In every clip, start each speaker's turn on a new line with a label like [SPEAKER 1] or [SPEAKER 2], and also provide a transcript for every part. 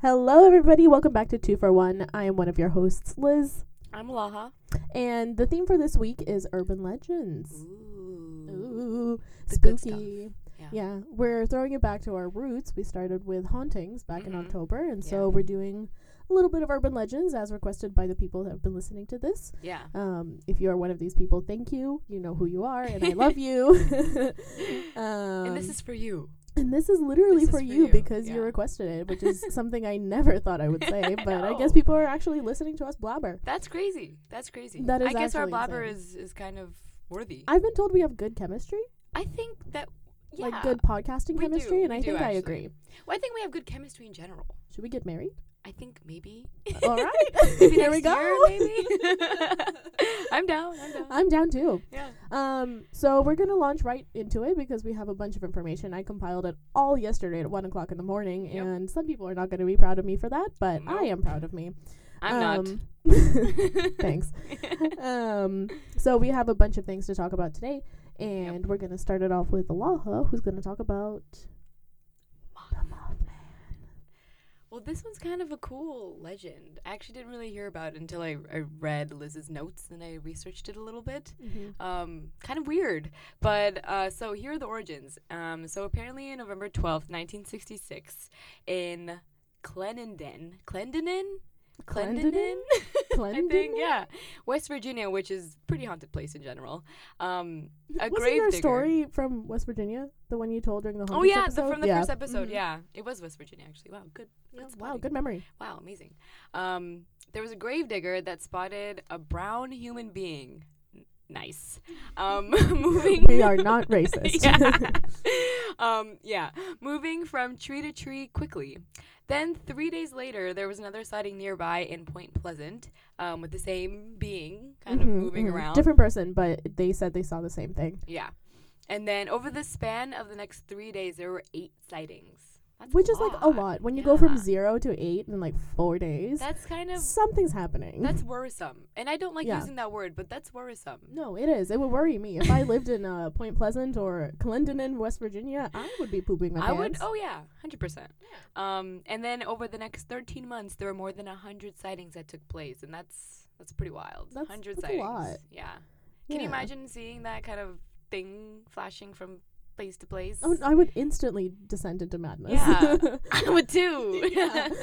[SPEAKER 1] Hello, everybody. Welcome back to Two for One. I am one of your hosts, Liz,
[SPEAKER 2] I'm Laha.
[SPEAKER 1] and the theme for this week is urban legends.
[SPEAKER 2] Ooh.
[SPEAKER 1] Ooh,
[SPEAKER 2] The good stuff.
[SPEAKER 1] spooky.
[SPEAKER 2] Yeah.
[SPEAKER 1] Yeah, we're throwing it back to our roots. We started with hauntings back in
[SPEAKER 2] Mhm.
[SPEAKER 1] October, and
[SPEAKER 2] Yeah.
[SPEAKER 1] so we're doing a little bit of urban legends as requested by the people that have been listening to this.
[SPEAKER 2] Yeah.
[SPEAKER 1] Um, if you are one of these people, thank you. You know who you are, and I love you. um,
[SPEAKER 2] and this is for you.
[SPEAKER 1] and this is literally
[SPEAKER 2] this is
[SPEAKER 1] for,
[SPEAKER 2] for
[SPEAKER 1] you,
[SPEAKER 2] you,
[SPEAKER 1] because you
[SPEAKER 2] yeah.
[SPEAKER 1] requested it, which is something I never thought I would say.
[SPEAKER 2] I
[SPEAKER 1] But I guess
[SPEAKER 2] know.
[SPEAKER 1] people are actually listening to us blabber.
[SPEAKER 2] That's crazy. That's crazy.
[SPEAKER 1] That is
[SPEAKER 2] I guess our
[SPEAKER 1] actually
[SPEAKER 2] blabber
[SPEAKER 1] insane.
[SPEAKER 2] is, is kind of worthy. I,
[SPEAKER 1] I've been told we have good chemistry,
[SPEAKER 2] think that yeah.
[SPEAKER 1] like good podcasting
[SPEAKER 2] we
[SPEAKER 1] chemistry,
[SPEAKER 2] do,
[SPEAKER 1] and
[SPEAKER 2] we
[SPEAKER 1] I
[SPEAKER 2] do
[SPEAKER 1] think I
[SPEAKER 2] actually.
[SPEAKER 1] agree.
[SPEAKER 2] Well, I think we have good chemistry in general.
[SPEAKER 1] Should we get married?
[SPEAKER 2] I think maybe.
[SPEAKER 1] All right.
[SPEAKER 2] maybe
[SPEAKER 1] There
[SPEAKER 2] next
[SPEAKER 1] we go. Uh,
[SPEAKER 2] Year, maybe. I'm down. I'm down.
[SPEAKER 1] I'm down too.
[SPEAKER 2] yeah.
[SPEAKER 1] Um, so we're gonna launch right into it because we have a bunch of information. I compiled it all yesterday at one o'clock in the morning,
[SPEAKER 2] Yep.
[SPEAKER 1] and some people are not gonna be proud of me for that, but I
[SPEAKER 2] Nope.
[SPEAKER 1] am proud of me.
[SPEAKER 2] I'm not.
[SPEAKER 1] not. um, thanks. um, so we have a bunch of things to talk about today, and we're gonna start it off with Laha, who's gonna talk about
[SPEAKER 2] Well, this one's kind of a cool legend. I actually didn't really hear about it until I, I read Liz's notes and I researched it a little bit. um, kind of weird. But uh, so here are the origins. Um, so apparently, on November 12th, 1966, in Clenenden, Clendenin? Clendenin? I
[SPEAKER 1] Clendon.
[SPEAKER 2] think, yeah. West Virginia, which is pretty haunted place in general. Um, a
[SPEAKER 1] Wasn't
[SPEAKER 2] grave
[SPEAKER 1] there a
[SPEAKER 2] digger.
[SPEAKER 1] story from West Virginia, the one you told during the
[SPEAKER 2] Oh
[SPEAKER 1] Hauntings
[SPEAKER 2] yeah,
[SPEAKER 1] episode?
[SPEAKER 2] the, from the
[SPEAKER 1] yeah.
[SPEAKER 2] first episode.
[SPEAKER 1] Mhm.
[SPEAKER 2] Yeah, it was West Virginia actually. Wow, good.
[SPEAKER 1] Yeah,
[SPEAKER 2] good
[SPEAKER 1] Wow,
[SPEAKER 2] spotting.
[SPEAKER 1] good memory.
[SPEAKER 2] Wow, amazing. Um, there was a gravedigger that spotted a brown human being. N- Nice. Um, moving.
[SPEAKER 1] we are not racist.
[SPEAKER 2] yeah. um, yeah. Moving from tree to tree quickly. Then three days later, there was another sighting nearby in Point Pleasant um, with the same being kind
[SPEAKER 1] Mhm,
[SPEAKER 2] of moving
[SPEAKER 1] mhm.
[SPEAKER 2] around.
[SPEAKER 1] Different person, but they said they saw the same thing,
[SPEAKER 2] Yeah. And then over the span of the next three days, there were eight sightings. That's
[SPEAKER 1] which is like a lot. When you go from
[SPEAKER 2] Yeah.
[SPEAKER 1] zero to eight in like four days,
[SPEAKER 2] That's kind of
[SPEAKER 1] something's happening.
[SPEAKER 2] That's worrisome. And I don't like
[SPEAKER 1] Yeah.
[SPEAKER 2] using that word, but that's worrisome.
[SPEAKER 1] no, it is. It would worry me if I lived in uh, Point Pleasant or Clendenin, West Virginia. I would be pooping my
[SPEAKER 2] I would,
[SPEAKER 1] pants.
[SPEAKER 2] oh yeah, 100%. Um, and then over the next 13 months, there were more than 100 sightings that took place. And that's that's pretty wild.
[SPEAKER 1] That's-
[SPEAKER 2] 100
[SPEAKER 1] that's a
[SPEAKER 2] sightings.
[SPEAKER 1] lot.
[SPEAKER 2] Yeah. Can
[SPEAKER 1] Yeah.
[SPEAKER 2] you imagine seeing that kind of thing flashing from place to place?
[SPEAKER 1] I would, I would instantly descend into madness.
[SPEAKER 2] Yeah. I would too.
[SPEAKER 1] yeah.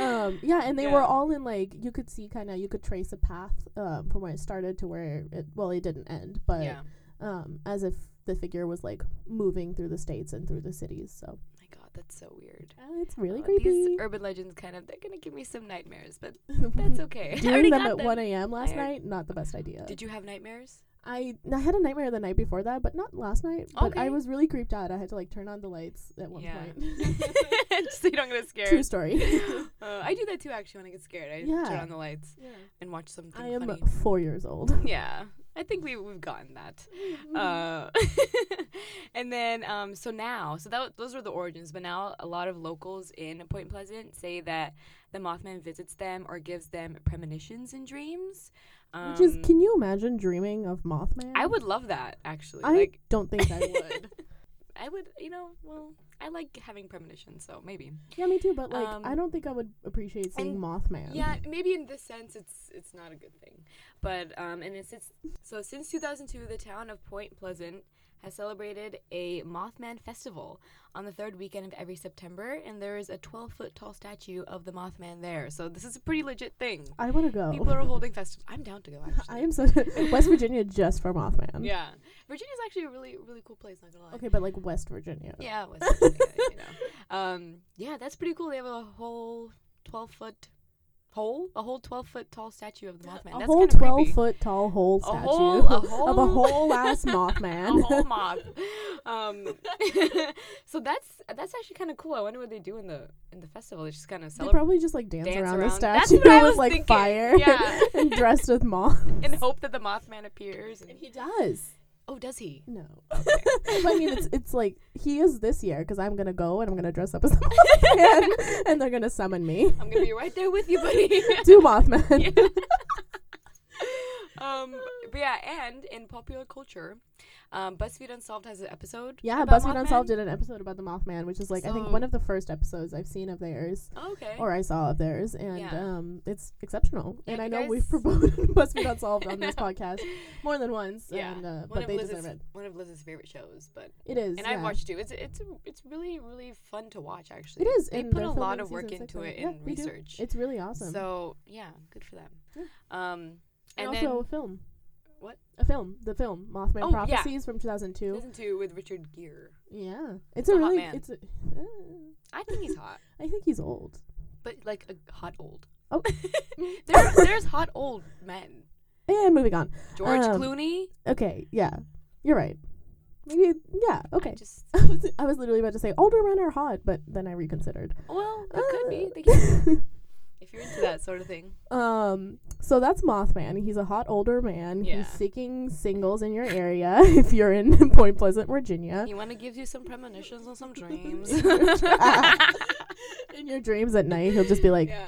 [SPEAKER 1] um, yeah, and they were
[SPEAKER 2] Yeah.
[SPEAKER 1] all in like you could see kind of you could trace a path um, from where it started to where it well it didn't end, but
[SPEAKER 2] yeah.
[SPEAKER 1] um, as if the figure was like moving through the states and through the cities. So
[SPEAKER 2] My God, that's so weird.
[SPEAKER 1] uh, it's really
[SPEAKER 2] Oh,
[SPEAKER 1] creepy.
[SPEAKER 2] These urban legends kind of, they're going to give me some nightmares, but that's okay. I
[SPEAKER 1] Doing
[SPEAKER 2] already
[SPEAKER 1] them
[SPEAKER 2] got
[SPEAKER 1] at one a.m. last
[SPEAKER 2] I-
[SPEAKER 1] night, not the best idea.
[SPEAKER 2] Did you have nightmares?
[SPEAKER 1] I I had a nightmare the night before that, but not last night. But I
[SPEAKER 2] Okay.
[SPEAKER 1] was really creeped out. I had to like turn on the lights at one
[SPEAKER 2] yeah.
[SPEAKER 1] point.
[SPEAKER 2] Just so you don't get scared.
[SPEAKER 1] True story.
[SPEAKER 2] Uh, I do that too. Actually, when I get scared, I turn
[SPEAKER 1] Yeah.
[SPEAKER 2] on the lights and watch something
[SPEAKER 1] I am
[SPEAKER 2] funny.
[SPEAKER 1] four years old.
[SPEAKER 2] yeah, I think we we've gotten that.
[SPEAKER 1] Mm-hmm.
[SPEAKER 2] Uh, and then um, so now, so that those were the origins. But now, a lot of locals in Point Pleasant say that the Mothman visits them or gives them premonitions and dreams. Um,
[SPEAKER 1] Which is, can you imagine dreaming of Mothman?
[SPEAKER 2] I would love that actually.
[SPEAKER 1] I
[SPEAKER 2] like
[SPEAKER 1] don't think I would.
[SPEAKER 2] I would, you know, well, I like having premonitions, so maybe.
[SPEAKER 1] yeah, me too. But like, I
[SPEAKER 2] Um,
[SPEAKER 1] don't think I would appreciate seeing
[SPEAKER 2] and-
[SPEAKER 1] Mothman.
[SPEAKER 2] Yeah, maybe in this sense, it's it's not a good thing, but um, and it's, it's so since 2002, the town of Point Pleasant has celebrated a Mothman festival on the third weekend of every September, and there is a 12 foot tall statue of the Mothman there. So this is a pretty legit thing.
[SPEAKER 1] I want to go.
[SPEAKER 2] People are holding festivals. I'm down to go. Actually,
[SPEAKER 1] I am so West Virginia just for Mothman.
[SPEAKER 2] Yeah, Virginia's actually a really really cool place. Not gonna lie.
[SPEAKER 1] Okay, but like West Virginia.
[SPEAKER 2] Yeah, it was Virginia, you know. Um, yeah, that's pretty cool. They have a whole twelve foot hole, a whole twelve foot tall statue of the Mothman.
[SPEAKER 1] A
[SPEAKER 2] that's
[SPEAKER 1] whole
[SPEAKER 2] kind of
[SPEAKER 1] twelve
[SPEAKER 2] creepy.
[SPEAKER 1] foot tall whole statue
[SPEAKER 2] whole- a
[SPEAKER 1] of a
[SPEAKER 2] whole-
[SPEAKER 1] whole ass Mothman.
[SPEAKER 2] A whole moth. Um, so that's that's actually kind of cool. I wonder what they do in the in the festival. They just kind of
[SPEAKER 1] They
[SPEAKER 2] celebrate
[SPEAKER 1] probably just like dance,
[SPEAKER 2] Dance
[SPEAKER 1] around, the
[SPEAKER 2] around. That's
[SPEAKER 1] statue
[SPEAKER 2] what I
[SPEAKER 1] with
[SPEAKER 2] was
[SPEAKER 1] like
[SPEAKER 2] thinking.
[SPEAKER 1] fire
[SPEAKER 2] Yeah.
[SPEAKER 1] and dressed with moth.
[SPEAKER 2] and hope that the Mothman appears. And,
[SPEAKER 1] He does.
[SPEAKER 2] oh, does he?
[SPEAKER 1] No. But I mean, it's it's like he is this year because I'm gonna go and I'm gonna dress up as a Mothman and they're gonna summon me.
[SPEAKER 2] I'm gonna be right there with you, buddy.
[SPEAKER 1] Do Mothman.
[SPEAKER 2] Yeah. um, but yeah, and in popular culture, um, BuzzFeed Unsolved has an episode.
[SPEAKER 1] Yeah,
[SPEAKER 2] about
[SPEAKER 1] BuzzFeed
[SPEAKER 2] Mothman.
[SPEAKER 1] Unsolved did an episode about the Mothman, which is like I think
[SPEAKER 2] So-
[SPEAKER 1] one of the first episodes I've seen of theirs
[SPEAKER 2] Oh, okay.
[SPEAKER 1] or I saw of theirs, and
[SPEAKER 2] Yeah.
[SPEAKER 1] um, it's exceptional.
[SPEAKER 2] Yeah,
[SPEAKER 1] and
[SPEAKER 2] if
[SPEAKER 1] I
[SPEAKER 2] you
[SPEAKER 1] know
[SPEAKER 2] guys-
[SPEAKER 1] we've promoted BuzzFeed Unsolved
[SPEAKER 2] I
[SPEAKER 1] on this
[SPEAKER 2] know.
[SPEAKER 1] podcast more than once,
[SPEAKER 2] yeah,
[SPEAKER 1] and uh,
[SPEAKER 2] one
[SPEAKER 1] but
[SPEAKER 2] of
[SPEAKER 1] they
[SPEAKER 2] Liz's
[SPEAKER 1] deserve it.
[SPEAKER 2] one of Liz's favorite shows, but
[SPEAKER 1] It is,
[SPEAKER 2] and
[SPEAKER 1] yeah.
[SPEAKER 2] I've watched too. It's it's it's really really fun to watch actually.
[SPEAKER 1] It is,
[SPEAKER 2] They
[SPEAKER 1] and
[SPEAKER 2] put
[SPEAKER 1] they're
[SPEAKER 2] a lot
[SPEAKER 1] filming
[SPEAKER 2] of work
[SPEAKER 1] season six
[SPEAKER 2] into
[SPEAKER 1] of
[SPEAKER 2] it
[SPEAKER 1] it. Yeah,
[SPEAKER 2] in
[SPEAKER 1] they do.
[SPEAKER 2] research.
[SPEAKER 1] It's really awesome.
[SPEAKER 2] So yeah, good for them.
[SPEAKER 1] Yeah.
[SPEAKER 2] Um,
[SPEAKER 1] and,
[SPEAKER 2] and,
[SPEAKER 1] also a film.
[SPEAKER 2] What?
[SPEAKER 1] A film. The film Mothman
[SPEAKER 2] Oh, yeah.
[SPEAKER 1] Prophecies from two thousand
[SPEAKER 2] then
[SPEAKER 1] two.
[SPEAKER 2] season two with Richard Gere.
[SPEAKER 1] Yeah, it's
[SPEAKER 2] a
[SPEAKER 1] a
[SPEAKER 2] hot
[SPEAKER 1] really.
[SPEAKER 2] man.
[SPEAKER 1] It's. A, uh,
[SPEAKER 2] I think he's hot,
[SPEAKER 1] I think he's old.
[SPEAKER 2] but like a hot old.
[SPEAKER 1] Oh.
[SPEAKER 2] there, there's hot old men.
[SPEAKER 1] And moving on.
[SPEAKER 2] George
[SPEAKER 1] Um,
[SPEAKER 2] Clooney.
[SPEAKER 1] Okay, yeah, you're right. Maybe yeah.
[SPEAKER 2] I
[SPEAKER 1] Okay.
[SPEAKER 2] just
[SPEAKER 1] I was, I was literally about to say older men are hot, but then I reconsidered.
[SPEAKER 2] well, it could be. They can,
[SPEAKER 1] Uh,
[SPEAKER 2] if you're into that sort of thing.
[SPEAKER 1] um, so that's Mothman. He's a hot older man.
[SPEAKER 2] Yeah.
[SPEAKER 1] He's seeking singles in your area if you're in Point Pleasant, Virginia.
[SPEAKER 2] He want to give you some premonitions and some dreams.
[SPEAKER 1] In your dreams at night, he'll just be like,
[SPEAKER 2] yeah.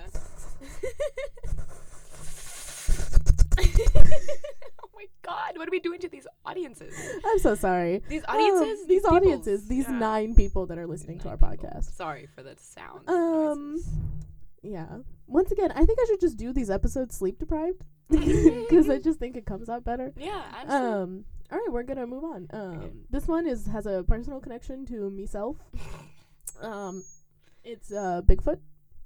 [SPEAKER 2] oh my god, what are we doing to these audiences?
[SPEAKER 1] "I'm so sorry."
[SPEAKER 2] These
[SPEAKER 1] Um,
[SPEAKER 2] audiences?
[SPEAKER 1] these
[SPEAKER 2] peoples.
[SPEAKER 1] audiences, these
[SPEAKER 2] Yeah.
[SPEAKER 1] nine people that are listening to our
[SPEAKER 2] Nine people.
[SPEAKER 1] podcast.
[SPEAKER 2] Sorry for that sound.
[SPEAKER 1] Um,
[SPEAKER 2] noises.
[SPEAKER 1] Yeah. Once again, I think I should just do these episodes sleep deprived because I just think it comes out better.
[SPEAKER 2] Yeah, absolutely.
[SPEAKER 1] Um. All right, we're gonna move on. Um, this one is has a personal connection to myself. Um, it's uh Bigfoot.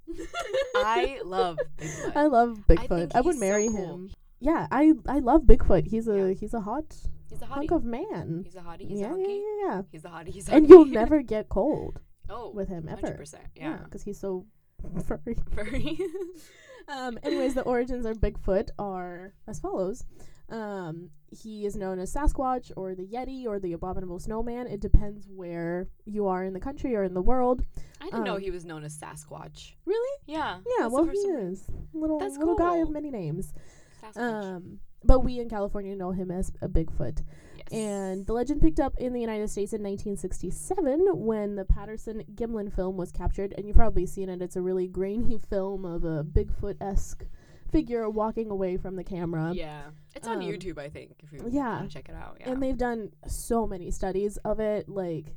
[SPEAKER 2] I love Bigfoot.
[SPEAKER 1] I love Bigfoot.
[SPEAKER 2] think
[SPEAKER 1] I, would
[SPEAKER 2] he's so
[SPEAKER 1] marry
[SPEAKER 2] cool.
[SPEAKER 1] him. Yeah, I I love Bigfoot. He's a
[SPEAKER 2] Yeah.
[SPEAKER 1] he's a hot
[SPEAKER 2] He's a
[SPEAKER 1] hunk
[SPEAKER 2] hottie.
[SPEAKER 1] of man.
[SPEAKER 2] He's a hottie. He's a
[SPEAKER 1] Yeah,
[SPEAKER 2] eh?
[SPEAKER 1] yeah,
[SPEAKER 2] hunky.
[SPEAKER 1] yeah, yeah.
[SPEAKER 2] He's a hottie. He's a
[SPEAKER 1] And
[SPEAKER 2] hunky.
[SPEAKER 1] you'll never get cold
[SPEAKER 2] oh,
[SPEAKER 1] with him ever.
[SPEAKER 2] 100%. Yeah.
[SPEAKER 1] because he's so furry.
[SPEAKER 2] Very.
[SPEAKER 1] Um, anyways, the origins of Bigfoot are as follows. Um, he is known as Sasquatch or the Yeti or the Abominable Snowman. It depends where you are in the country or in the world.
[SPEAKER 2] I didn't know
[SPEAKER 1] Um,
[SPEAKER 2] he was known as Sasquatch.
[SPEAKER 1] Really?
[SPEAKER 2] Yeah.
[SPEAKER 1] Yeah,
[SPEAKER 2] that's the
[SPEAKER 1] well, he
[SPEAKER 2] first time-
[SPEAKER 1] is. Little,
[SPEAKER 2] That's
[SPEAKER 1] little guy of
[SPEAKER 2] cool.
[SPEAKER 1] many names.
[SPEAKER 2] Sasquatch.
[SPEAKER 1] Um, but we in California know him as a Bigfoot.
[SPEAKER 2] yes.
[SPEAKER 1] And the legend picked up in the United States in 1967 when the Patterson Gimlin film was captured. And you've probably seen it. It's a really grainy film of a Bigfoot esque figure walking away from the camera.
[SPEAKER 2] yeah, it's on
[SPEAKER 1] um,
[SPEAKER 2] YouTube, I think. If you
[SPEAKER 1] yeah.
[SPEAKER 2] want to check it out, yeah.
[SPEAKER 1] And they've done so many studies of it, like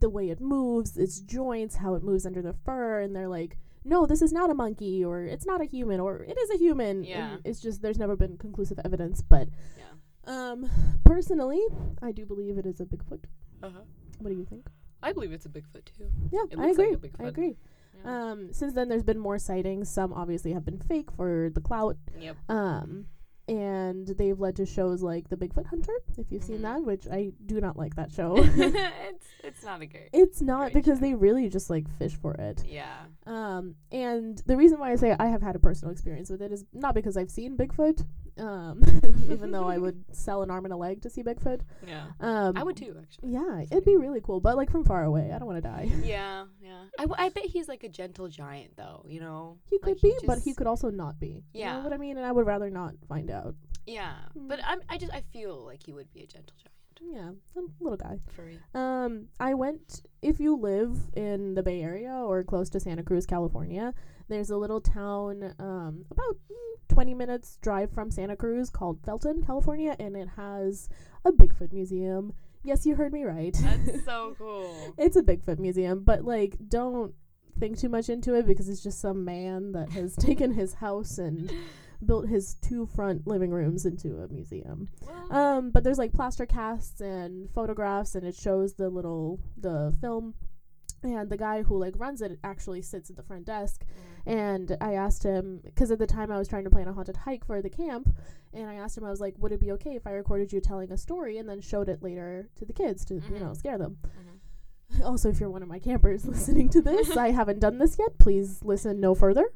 [SPEAKER 1] the way it moves, its joints, how it moves under the fur. And they're like, no, this is not a monkey, or it's not a human, or it is a human.
[SPEAKER 2] Yeah.
[SPEAKER 1] And it's just, there's never been conclusive evidence. But
[SPEAKER 2] yeah.
[SPEAKER 1] um, personally, I do believe it is a Bigfoot.
[SPEAKER 2] Uh-huh.
[SPEAKER 1] What do you think?
[SPEAKER 2] I believe it's a Bigfoot too.
[SPEAKER 1] Yeah,
[SPEAKER 2] It
[SPEAKER 1] I
[SPEAKER 2] looks like
[SPEAKER 1] agree.
[SPEAKER 2] a
[SPEAKER 1] I
[SPEAKER 2] Bigfoot.
[SPEAKER 1] agree.
[SPEAKER 2] Yeah.
[SPEAKER 1] Um, since then, there's been more sightings. Some obviously have been fake for the clout,
[SPEAKER 2] yep.
[SPEAKER 1] um, and they've led to shows like The Bigfoot Hunter, if you've
[SPEAKER 2] Mhm.
[SPEAKER 1] seen that, which I do not like that show.
[SPEAKER 2] it's it's not a good.
[SPEAKER 1] it's not
[SPEAKER 2] Great
[SPEAKER 1] because
[SPEAKER 2] show.
[SPEAKER 1] they really just like fish for it.
[SPEAKER 2] Yeah.
[SPEAKER 1] Um, and the reason why I say I have had a personal experience with it is not because I've seen Bigfoot, um, even though I would sell an arm and a leg to see Bigfoot.
[SPEAKER 2] Yeah.
[SPEAKER 1] Um,
[SPEAKER 2] I would too, actually.
[SPEAKER 1] Yeah, it'd be really cool, but like from far away. I don't want to die.
[SPEAKER 2] Yeah, yeah. I, w- I bet he's like a gentle giant, though. You know,
[SPEAKER 1] He could
[SPEAKER 2] Like,
[SPEAKER 1] be, but he
[SPEAKER 2] just-
[SPEAKER 1] could also not be. You
[SPEAKER 2] Yeah.
[SPEAKER 1] know what I mean? And I would rather not find out.
[SPEAKER 2] Yeah,
[SPEAKER 1] Hmm.
[SPEAKER 2] but I'm, I just I feel like he would be a gentle giant.
[SPEAKER 1] Yeah, I'm a little guy.
[SPEAKER 2] Furry.
[SPEAKER 1] Um, I went, if you live in the Bay Area or close to Santa Cruz, California, there's a little town um, about mm, 20 minutes drive from Santa Cruz called Felton, California, and it has a Bigfoot museum. Yes, you heard me right.
[SPEAKER 2] That's so cool.
[SPEAKER 1] it's a Bigfoot museum, but like, don't think too much into it because it's just some man that has taken his house and built his two front living rooms into a museum.
[SPEAKER 2] Well,
[SPEAKER 1] Um, but there's like plaster casts and photographs, and it shows the little the film. And the guy who like runs it actually sits at the front desk, and I asked him because at the time I was trying to plan a haunted hike for the camp, and I asked him I was like, would it be okay if I recorded you telling a story and then showed it later to the kids to you
[SPEAKER 2] Mhm.
[SPEAKER 1] know scare them?
[SPEAKER 2] Mhm.
[SPEAKER 1] Also, if you're one of my campers listening to this, I haven't done this yet. Please listen no further.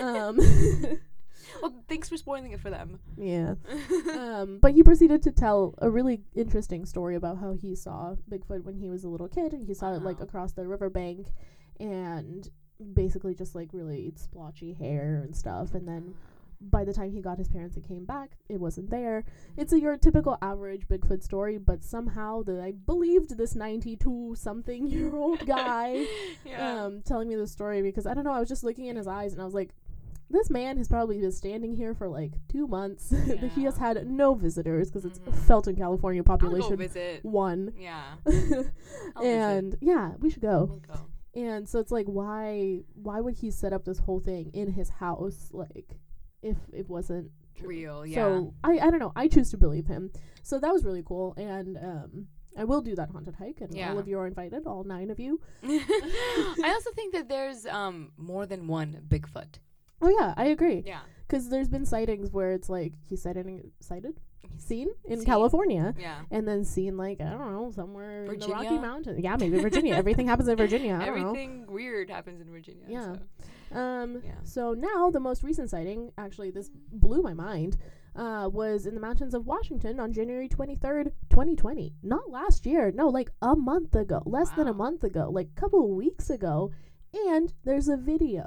[SPEAKER 1] Um,
[SPEAKER 2] well, thanks for spoiling it for them.
[SPEAKER 1] yeah. Um, but he proceeded to tell a really interesting story about how he saw Bigfoot when he was a little kid, and he saw it like
[SPEAKER 2] Wow.
[SPEAKER 1] across the riverbank, and basically just like really splotchy hair and stuff. And then by the time he got his parents and came back, it wasn't there. It's a, your typical average Bigfoot story, but somehow the I believed this ninety-two something year old guy
[SPEAKER 2] yeah.
[SPEAKER 1] um, telling me the story because I don't know. I was just looking in his eyes and I was like, this man has probably been standing here for like two months.
[SPEAKER 2] Yeah.
[SPEAKER 1] he has had no visitors because
[SPEAKER 2] Mhm.
[SPEAKER 1] it's Felton, California,
[SPEAKER 2] I'll go
[SPEAKER 1] population
[SPEAKER 2] visit.
[SPEAKER 1] one.
[SPEAKER 2] Yeah. I'll visit. Mm-hmm.
[SPEAKER 1] and yeah, we should go.
[SPEAKER 2] We'll go.
[SPEAKER 1] And so it's like, why, why would he set up this whole thing in his house, like, if it wasn't true?
[SPEAKER 2] Real, yeah.
[SPEAKER 1] So I, I don't know. I choose to believe him. So that was really cool, and um, I will do that haunted hike, and
[SPEAKER 2] Yeah.
[SPEAKER 1] all of you are invited, all nine of you.
[SPEAKER 2] I also think that there's um more than one Bigfoot.
[SPEAKER 1] Oh yeah, I agree.
[SPEAKER 2] Yeah.
[SPEAKER 1] Because there's been sightings where it's like he sighted, sighted,
[SPEAKER 2] He's-
[SPEAKER 1] seen in
[SPEAKER 2] Seen.
[SPEAKER 1] California,
[SPEAKER 2] Yeah.
[SPEAKER 1] and then seen like I don't know somewhere in the Rocky
[SPEAKER 2] Virginia?
[SPEAKER 1] Mountains. Yeah, maybe Virginia. Everything happens in Virginia. I don't
[SPEAKER 2] Everything weird happens in Virginia.
[SPEAKER 1] Yeah.
[SPEAKER 2] so.
[SPEAKER 1] know. Um,
[SPEAKER 2] Yeah.
[SPEAKER 1] So now the most recent sighting, actually, this blew my mind, uh, was in the mountains of Washington on January 23rd, 2020. Not last year, no, like a month ago, less than a
[SPEAKER 2] Wow.
[SPEAKER 1] month ago, like a couple of weeks ago. And there's a video.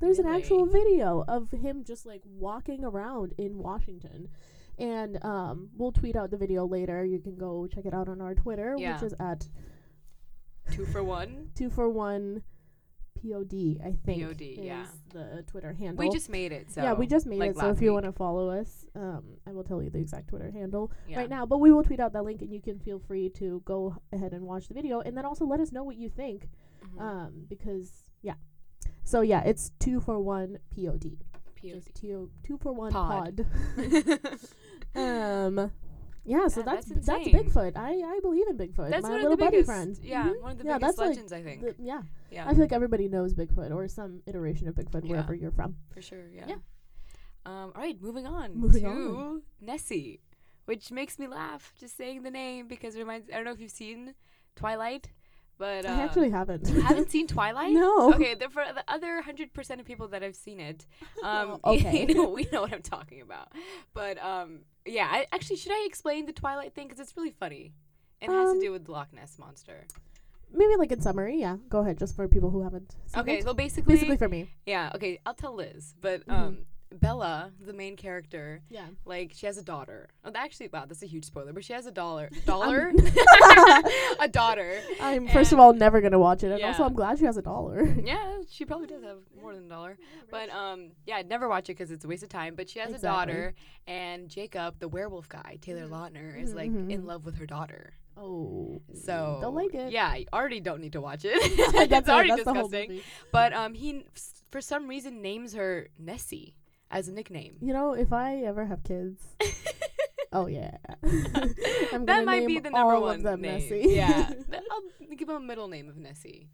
[SPEAKER 1] There's an actual
[SPEAKER 2] Really?
[SPEAKER 1] video of him just like walking around in Washington. And um, we'll tweet out the video later. You can go check it out on our Twitter,
[SPEAKER 2] Yeah.
[SPEAKER 1] which is at
[SPEAKER 2] Two for one.
[SPEAKER 1] two for one pod. I think
[SPEAKER 2] POD,
[SPEAKER 1] is
[SPEAKER 2] yeah.
[SPEAKER 1] the Twitter handle.
[SPEAKER 2] We just made it. So
[SPEAKER 1] yeah, we just made
[SPEAKER 2] like,
[SPEAKER 1] it. So
[SPEAKER 2] last
[SPEAKER 1] if you
[SPEAKER 2] week.
[SPEAKER 1] want to follow us, um, I will tell you the exact Twitter handle
[SPEAKER 2] yeah.
[SPEAKER 1] right now. But we will tweet out that link, and you can feel free to go ahead and watch the video, and then also let us know what you think,
[SPEAKER 2] Mhm.
[SPEAKER 1] um, because yeah. So yeah, it's two for one pod. Just two two for one
[SPEAKER 2] Pod.
[SPEAKER 1] pod.
[SPEAKER 2] POD.
[SPEAKER 1] um, yeah. So that's
[SPEAKER 2] Yeah, that's
[SPEAKER 1] that's
[SPEAKER 2] insane.
[SPEAKER 1] Bigfoot. I I believe in Bigfoot.
[SPEAKER 2] That's
[SPEAKER 1] My
[SPEAKER 2] one of
[SPEAKER 1] little
[SPEAKER 2] the
[SPEAKER 1] buddy
[SPEAKER 2] biggest.
[SPEAKER 1] friend.
[SPEAKER 2] Yeah,
[SPEAKER 1] Mhm.
[SPEAKER 2] one of the
[SPEAKER 1] Yeah, that's,
[SPEAKER 2] biggest
[SPEAKER 1] like,
[SPEAKER 2] legends. I think.
[SPEAKER 1] The- yeah.
[SPEAKER 2] yeah,
[SPEAKER 1] I feel like everybody knows Bigfoot or some iteration of Bigfoot
[SPEAKER 2] Yeah.
[SPEAKER 1] wherever you're from.
[SPEAKER 2] for sure. Yeah.
[SPEAKER 1] yeah.
[SPEAKER 2] Um. All right, moving on
[SPEAKER 1] Moving
[SPEAKER 2] to
[SPEAKER 1] on.
[SPEAKER 2] Nessie, which makes me laugh just saying the name because it reminds. I don't know if you've seen Twilight, but uh,
[SPEAKER 1] I actually haven't.
[SPEAKER 2] you haven't seen Twilight.
[SPEAKER 1] no.
[SPEAKER 2] Okay, the, for the other hundred percent of people that have seen it, um,
[SPEAKER 1] Oh, okay.
[SPEAKER 2] you know, we know what I'm talking about. But um, yeah, I, actually, should I explain the Twilight thing because it's really funny. It has
[SPEAKER 1] Um,
[SPEAKER 2] to do with the Loch Ness monster.
[SPEAKER 1] Maybe like in summary, yeah. Go ahead, just for people who haven't. Seen
[SPEAKER 2] Okay,
[SPEAKER 1] it.
[SPEAKER 2] so basically,
[SPEAKER 1] basically for me.
[SPEAKER 2] yeah. Okay, I'll tell Liz, but
[SPEAKER 1] Mhm.
[SPEAKER 2] um, Bella, the main character,
[SPEAKER 1] Yeah.
[SPEAKER 2] like she has a daughter. Oh, actually, wow, that's a huge spoiler. But she has a dollar,
[SPEAKER 1] Um,
[SPEAKER 2] dollar, a daughter.
[SPEAKER 1] I'm first of
[SPEAKER 2] And-
[SPEAKER 1] all never gonna watch it, and also
[SPEAKER 2] Yeah.
[SPEAKER 1] I'm glad she has a dollar.
[SPEAKER 2] Yeah, she probably does have more than a dollar. But um, yeah, I'd never watch it because it's a waste of time. But she has a
[SPEAKER 1] Exactly. Mm-hmm.
[SPEAKER 2] daughter, and Jacob, the werewolf guy, Taylor Lautner, is like
[SPEAKER 1] Mhm,
[SPEAKER 2] in
[SPEAKER 1] mhm.
[SPEAKER 2] love with her daughter.
[SPEAKER 1] Oh,
[SPEAKER 2] So
[SPEAKER 1] don't like it.
[SPEAKER 2] Yeah, you already don't need to watch it.
[SPEAKER 1] that's
[SPEAKER 2] it's
[SPEAKER 1] it,
[SPEAKER 2] already
[SPEAKER 1] that's the whole
[SPEAKER 2] disgusting.
[SPEAKER 1] movie.
[SPEAKER 2] But um, he n- s- for some reason names her Nessie as a nickname.
[SPEAKER 1] You know, if I ever have kids, oh yeah, I'm
[SPEAKER 2] that
[SPEAKER 1] gonna
[SPEAKER 2] might be
[SPEAKER 1] name
[SPEAKER 2] the number
[SPEAKER 1] all
[SPEAKER 2] one
[SPEAKER 1] of them
[SPEAKER 2] name.
[SPEAKER 1] Nessie.
[SPEAKER 2] Yeah, Th- I'll give him a middle name of Nessie.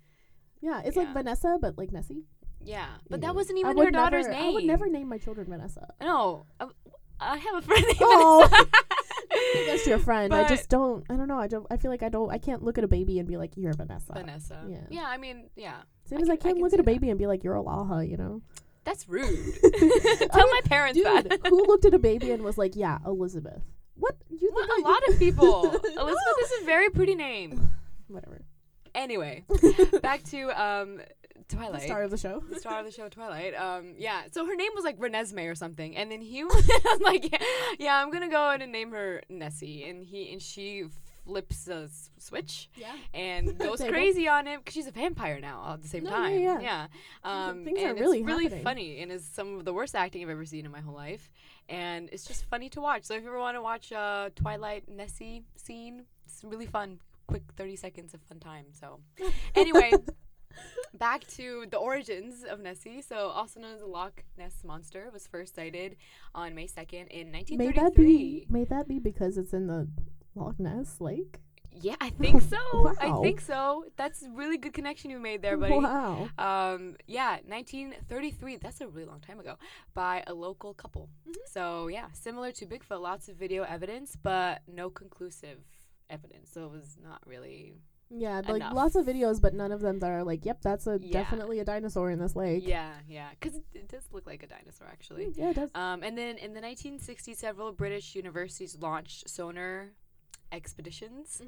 [SPEAKER 1] yeah, it's
[SPEAKER 2] Yeah.
[SPEAKER 1] like Vanessa, but like Nessie.
[SPEAKER 2] Yeah,
[SPEAKER 1] Ew.
[SPEAKER 2] but that wasn't
[SPEAKER 1] I
[SPEAKER 2] even
[SPEAKER 1] would
[SPEAKER 2] her daughter's
[SPEAKER 1] never-
[SPEAKER 2] name.
[SPEAKER 1] I would never name my children Vanessa.
[SPEAKER 2] No, I, I have a friend named
[SPEAKER 1] Oh.
[SPEAKER 2] Vanessa.
[SPEAKER 1] That's your friend. I
[SPEAKER 2] But-
[SPEAKER 1] just don't. I don't know. I don't. I feel like I don't. I can't look at a baby and be like, "You're Vanessa."
[SPEAKER 2] Vanessa. Yeah.
[SPEAKER 1] Yeah.
[SPEAKER 2] I mean, yeah.
[SPEAKER 1] Same
[SPEAKER 2] I
[SPEAKER 1] as I
[SPEAKER 2] can- I
[SPEAKER 1] can't
[SPEAKER 2] can
[SPEAKER 1] look
[SPEAKER 2] see
[SPEAKER 1] at a
[SPEAKER 2] that.
[SPEAKER 1] baby and be like, "You're Alaha," you know.
[SPEAKER 2] That's rude. Tell my parents
[SPEAKER 1] Dude,
[SPEAKER 2] that.
[SPEAKER 1] who looked at a baby and was like, "Yeah, Elizabeth"? What you think?
[SPEAKER 2] Well, a
[SPEAKER 1] I-
[SPEAKER 2] lot of people.
[SPEAKER 1] No.
[SPEAKER 2] Elizabeth is a very pretty name.
[SPEAKER 1] Whatever.
[SPEAKER 2] Anyway, back to um,
[SPEAKER 1] The
[SPEAKER 2] Twilight.
[SPEAKER 1] star of the show.
[SPEAKER 2] the star of the show Twilight. Um, yeah. So her name was like Renesmee or something, and then he was I'm like, yeah, yeah, I'm gonna go in and name her Nessie, and he and she flips a s- switch
[SPEAKER 1] Yeah.
[SPEAKER 2] and goes
[SPEAKER 1] Table.
[SPEAKER 2] crazy on him 'cause she's a vampire now all at the same
[SPEAKER 1] No, yeah,
[SPEAKER 2] time.
[SPEAKER 1] yeah.
[SPEAKER 2] Um,
[SPEAKER 1] Things are
[SPEAKER 2] and
[SPEAKER 1] really
[SPEAKER 2] it's really
[SPEAKER 1] happening.
[SPEAKER 2] funny and is some of the worst acting I've ever seen in my whole life, and it's just funny to watch. So if you ever want to watch uh, Twilight Nessie scene, it's really fun. Quick thirty seconds of fun time. So anyway, back to the origins of Nessie. So, also known as the Loch Ness Monster, was first sighted on May 2nd in
[SPEAKER 1] May that
[SPEAKER 2] 1933.
[SPEAKER 1] be? May that be because it's in the Loch Ness Lake?
[SPEAKER 2] Yeah, I think so. I
[SPEAKER 1] Wow.
[SPEAKER 2] think so. That's a really good connection you made there, buddy.
[SPEAKER 1] Wow.
[SPEAKER 2] Um, yeah, 1933. That's a really long time ago. By a local couple. So, yeah, similar to Bigfoot, lots of video evidence, but no conclusive evidence. So, it was not really.
[SPEAKER 1] Yeah, like
[SPEAKER 2] Enough.
[SPEAKER 1] lots of videos, but none of them that are like, "Yep, that's a
[SPEAKER 2] Yeah.
[SPEAKER 1] definitely a dinosaur in this lake."
[SPEAKER 2] Yeah, yeah. Because it does look like a dinosaur, actually.
[SPEAKER 1] Mm, Yeah, it does.
[SPEAKER 2] Um, and then in the 1960s, several British universities launched sonar expeditions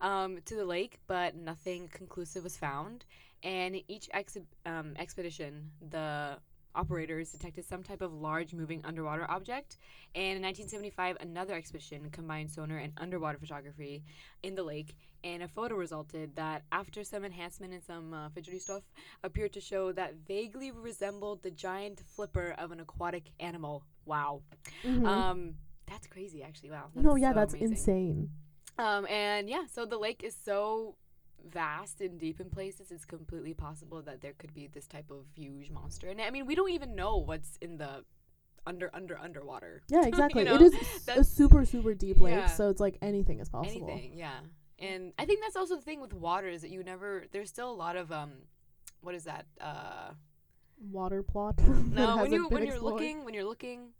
[SPEAKER 2] um, to the lake, but nothing conclusive was found. And each ex- um, expedition, the operators detected some type of large moving underwater object. And in 1975, another expedition combined sonar and underwater photography in the lake. And a photo resulted that, after some enhancement and some uh, fidgety stuff, appeared to show that vaguely resembled the giant flipper of an aquatic animal. Wow.
[SPEAKER 1] Mhm.
[SPEAKER 2] Um, that's crazy, actually. Wow.
[SPEAKER 1] no, yeah,
[SPEAKER 2] so
[SPEAKER 1] that's
[SPEAKER 2] amazing.
[SPEAKER 1] insane.
[SPEAKER 2] Um, and yeah, so the lake is so vast and deep in places, it's completely possible that there could be this type of huge monster. And I mean, we don't even know what's in the under, under, underwater.
[SPEAKER 1] Yeah,
[SPEAKER 2] You
[SPEAKER 1] exactly.
[SPEAKER 2] know,
[SPEAKER 1] it is a
[SPEAKER 2] that's-
[SPEAKER 1] super, super deep lake,
[SPEAKER 2] Yeah.
[SPEAKER 1] so it's like anything is possible.
[SPEAKER 2] Anything, yeah. And I think that's also the thing with water is that you never, there's still a lot of, um, what is that? Uh,
[SPEAKER 1] Water plot. that
[SPEAKER 2] no, when
[SPEAKER 1] hasn't
[SPEAKER 2] you
[SPEAKER 1] been
[SPEAKER 2] when you're
[SPEAKER 1] explored.
[SPEAKER 2] looking, when you're looking,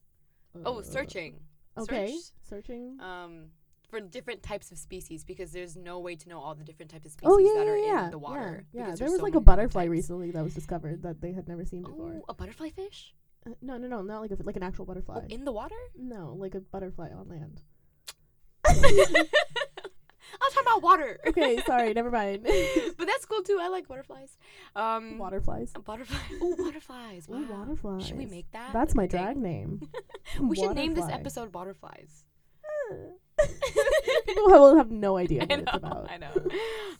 [SPEAKER 2] oh,
[SPEAKER 1] Uh,
[SPEAKER 2] searching,
[SPEAKER 1] Okay,
[SPEAKER 2] Search.
[SPEAKER 1] searching.
[SPEAKER 2] um, for different types of species because there's no way to know all the different types of species
[SPEAKER 1] oh yeah,
[SPEAKER 2] that are
[SPEAKER 1] yeah, yeah.
[SPEAKER 2] in the water.
[SPEAKER 1] Yeah, yeah.
[SPEAKER 2] because
[SPEAKER 1] there
[SPEAKER 2] there's
[SPEAKER 1] was like
[SPEAKER 2] so many
[SPEAKER 1] a
[SPEAKER 2] different
[SPEAKER 1] butterfly
[SPEAKER 2] types.
[SPEAKER 1] recently that was discovered that they had never seen before.
[SPEAKER 2] Oh, a butterfly fish?
[SPEAKER 1] Uh, no, no, no, not like a, like an actual butterfly.
[SPEAKER 2] Oh, in the water?
[SPEAKER 1] no, like a butterfly on land.
[SPEAKER 2] I'm talking about water.
[SPEAKER 1] Okay, sorry, never mind.
[SPEAKER 2] but that's cool too. I like butterflies. Um,
[SPEAKER 1] Waterflies.
[SPEAKER 2] a Butterfly. Oh, butterflies.
[SPEAKER 1] Ooh,
[SPEAKER 2] Wow.
[SPEAKER 1] waterflies.
[SPEAKER 2] Should we make that?
[SPEAKER 1] That's
[SPEAKER 2] like,
[SPEAKER 1] my
[SPEAKER 2] a thing?
[SPEAKER 1] drag name.
[SPEAKER 2] We should name this
[SPEAKER 1] Waterfly.
[SPEAKER 2] episode Butterflies.
[SPEAKER 1] People will have no idea what
[SPEAKER 2] I
[SPEAKER 1] it's
[SPEAKER 2] know,
[SPEAKER 1] about.
[SPEAKER 2] I know.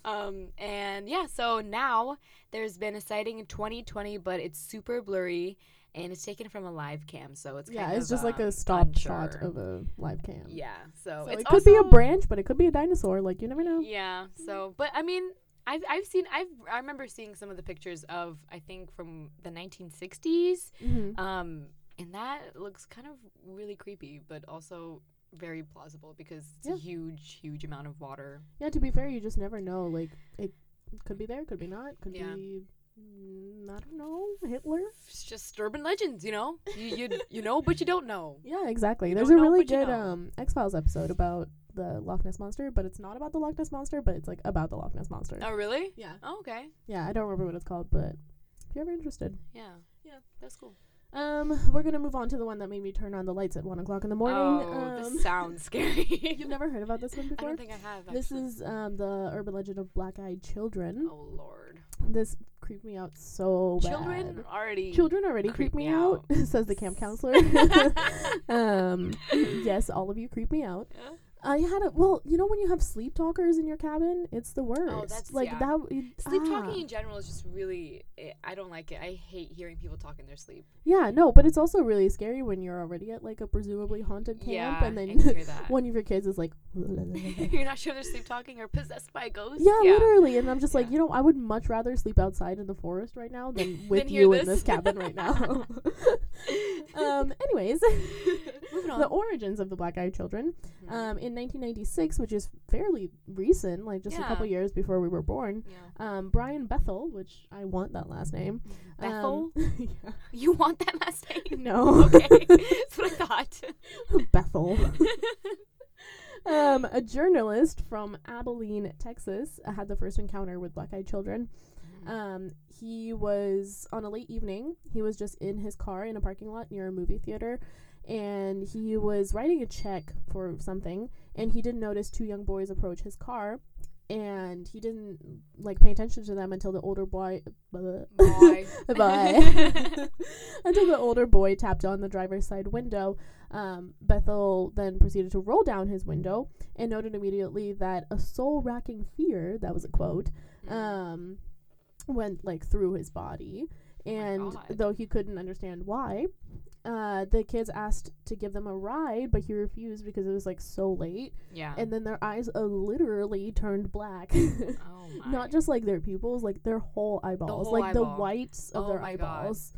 [SPEAKER 2] Um, and yeah, so now there's been a sighting in 2020, but it's super blurry and it's taken from a live cam, so it's
[SPEAKER 1] Yeah,
[SPEAKER 2] kind
[SPEAKER 1] it's
[SPEAKER 2] of,
[SPEAKER 1] just like
[SPEAKER 2] um,
[SPEAKER 1] a stop shot
[SPEAKER 2] unsure.
[SPEAKER 1] of a live cam.
[SPEAKER 2] Yeah, so,
[SPEAKER 1] So
[SPEAKER 2] it's
[SPEAKER 1] it could be a
[SPEAKER 2] also-
[SPEAKER 1] branch, but it could be a dinosaur. Like you never know.
[SPEAKER 2] Yeah. So, but I mean, I've I've seen I've I remember seeing some of the pictures of I think from the 1960s.
[SPEAKER 1] Mm-hmm.
[SPEAKER 2] Um, and that looks kind of really creepy, but also very plausible because it's
[SPEAKER 1] Yeah.
[SPEAKER 2] a huge, huge amount of water.
[SPEAKER 1] Yeah, to be fair, you just never know. Like it could be there, could be not, could
[SPEAKER 2] Yeah.
[SPEAKER 1] be mm, I don't know Hitler.
[SPEAKER 2] It's just urban legends, you know. You you you know, but you don't know.
[SPEAKER 1] Yeah, exactly.
[SPEAKER 2] You
[SPEAKER 1] There's
[SPEAKER 2] don't
[SPEAKER 1] a
[SPEAKER 2] know
[SPEAKER 1] really
[SPEAKER 2] what you
[SPEAKER 1] good
[SPEAKER 2] know.
[SPEAKER 1] um, X Files episode about the Loch Ness monster, but it's not about the Loch Ness monster, but it's like about the Loch Ness monster.
[SPEAKER 2] Oh, really?
[SPEAKER 1] Yeah,
[SPEAKER 2] Oh, okay.
[SPEAKER 1] yeah. I don't remember what it's called, but if you're ever interested,
[SPEAKER 2] Yeah. Yeah, that's cool.
[SPEAKER 1] um, we're gonna move on to the one that made me turn on the lights at one o'clock in the morning.
[SPEAKER 2] oh,
[SPEAKER 1] um,
[SPEAKER 2] this sounds scary.
[SPEAKER 1] you've never heard about this one
[SPEAKER 2] I
[SPEAKER 1] before.
[SPEAKER 2] don't think I have.
[SPEAKER 1] This
[SPEAKER 2] actually.
[SPEAKER 1] is um, the urban legend of black-eyed children.
[SPEAKER 2] Oh Lord.
[SPEAKER 1] This creeped me out so bad.
[SPEAKER 2] Children already.
[SPEAKER 1] Children already creep
[SPEAKER 2] creep
[SPEAKER 1] me
[SPEAKER 2] me
[SPEAKER 1] out, says the camp counselor. um, yes, all of you creep me out.
[SPEAKER 2] Yeah.
[SPEAKER 1] I had a well, you know when you have sleep talkers in your cabin, it's the worst.
[SPEAKER 2] Oh, that's-
[SPEAKER 1] like
[SPEAKER 2] yeah.
[SPEAKER 1] that. it-
[SPEAKER 2] Sleep
[SPEAKER 1] ah.
[SPEAKER 2] talking in general is just really, eh, I don't like it. I hate hearing people talk in their sleep.
[SPEAKER 1] Yeah, no, but it's also really scary when you're already at like a presumably haunted camp,
[SPEAKER 2] yeah,
[SPEAKER 1] and
[SPEAKER 2] I can
[SPEAKER 1] then
[SPEAKER 2] hear that.
[SPEAKER 1] one of your kids is like,
[SPEAKER 2] You're not sure they're sleep talking or possessed by a ghost.
[SPEAKER 1] yeah, literally, and I'm just like,
[SPEAKER 2] Yeah.
[SPEAKER 1] you know, I would much rather sleep outside in the forest right now than with
[SPEAKER 2] hear
[SPEAKER 1] you in this
[SPEAKER 2] this.
[SPEAKER 1] cabin right now. um, anyways,
[SPEAKER 2] Moving on.
[SPEAKER 1] the origins of the black-eyed children.
[SPEAKER 2] Mhm.
[SPEAKER 1] Um, in 1996, which is fairly recent, like just a
[SPEAKER 2] Yeah.
[SPEAKER 1] couple years before we were born,
[SPEAKER 2] yeah.
[SPEAKER 1] um, Brian Bethel, which I want that last name. um,
[SPEAKER 2] Bethel? You want that last name?
[SPEAKER 1] No.
[SPEAKER 2] Okay. That's what I thought.
[SPEAKER 1] Bethel. um, a journalist from Abilene, Texas, uh, had the first encounter with black eyed children. Um, he was on a late evening. He was just in his car in a parking lot near a movie theater. And he was writing a check for something. And he didn't notice two young boys approach his car. And he didn't like pay attention to them until the older boy,
[SPEAKER 2] Bye.
[SPEAKER 1] Bye. until the older boy tapped on the driver's side window. Um, Bethel then proceeded to roll down his window and noted immediately that a soul racking fear, that was a quote,
[SPEAKER 2] Mm.
[SPEAKER 1] um, went like through his body. And
[SPEAKER 2] God.
[SPEAKER 1] though he couldn't understand why, uh, the kids asked to give them a ride, but he refused because it was like so late.
[SPEAKER 2] yeah.
[SPEAKER 1] And then their eyes uh, literally turned black.
[SPEAKER 2] oh my.
[SPEAKER 1] Not just like their pupils, like their whole eyeballs,
[SPEAKER 2] whole
[SPEAKER 1] like the
[SPEAKER 2] eyeball.
[SPEAKER 1] whites of
[SPEAKER 2] Oh
[SPEAKER 1] their
[SPEAKER 2] my God.
[SPEAKER 1] eyeballs.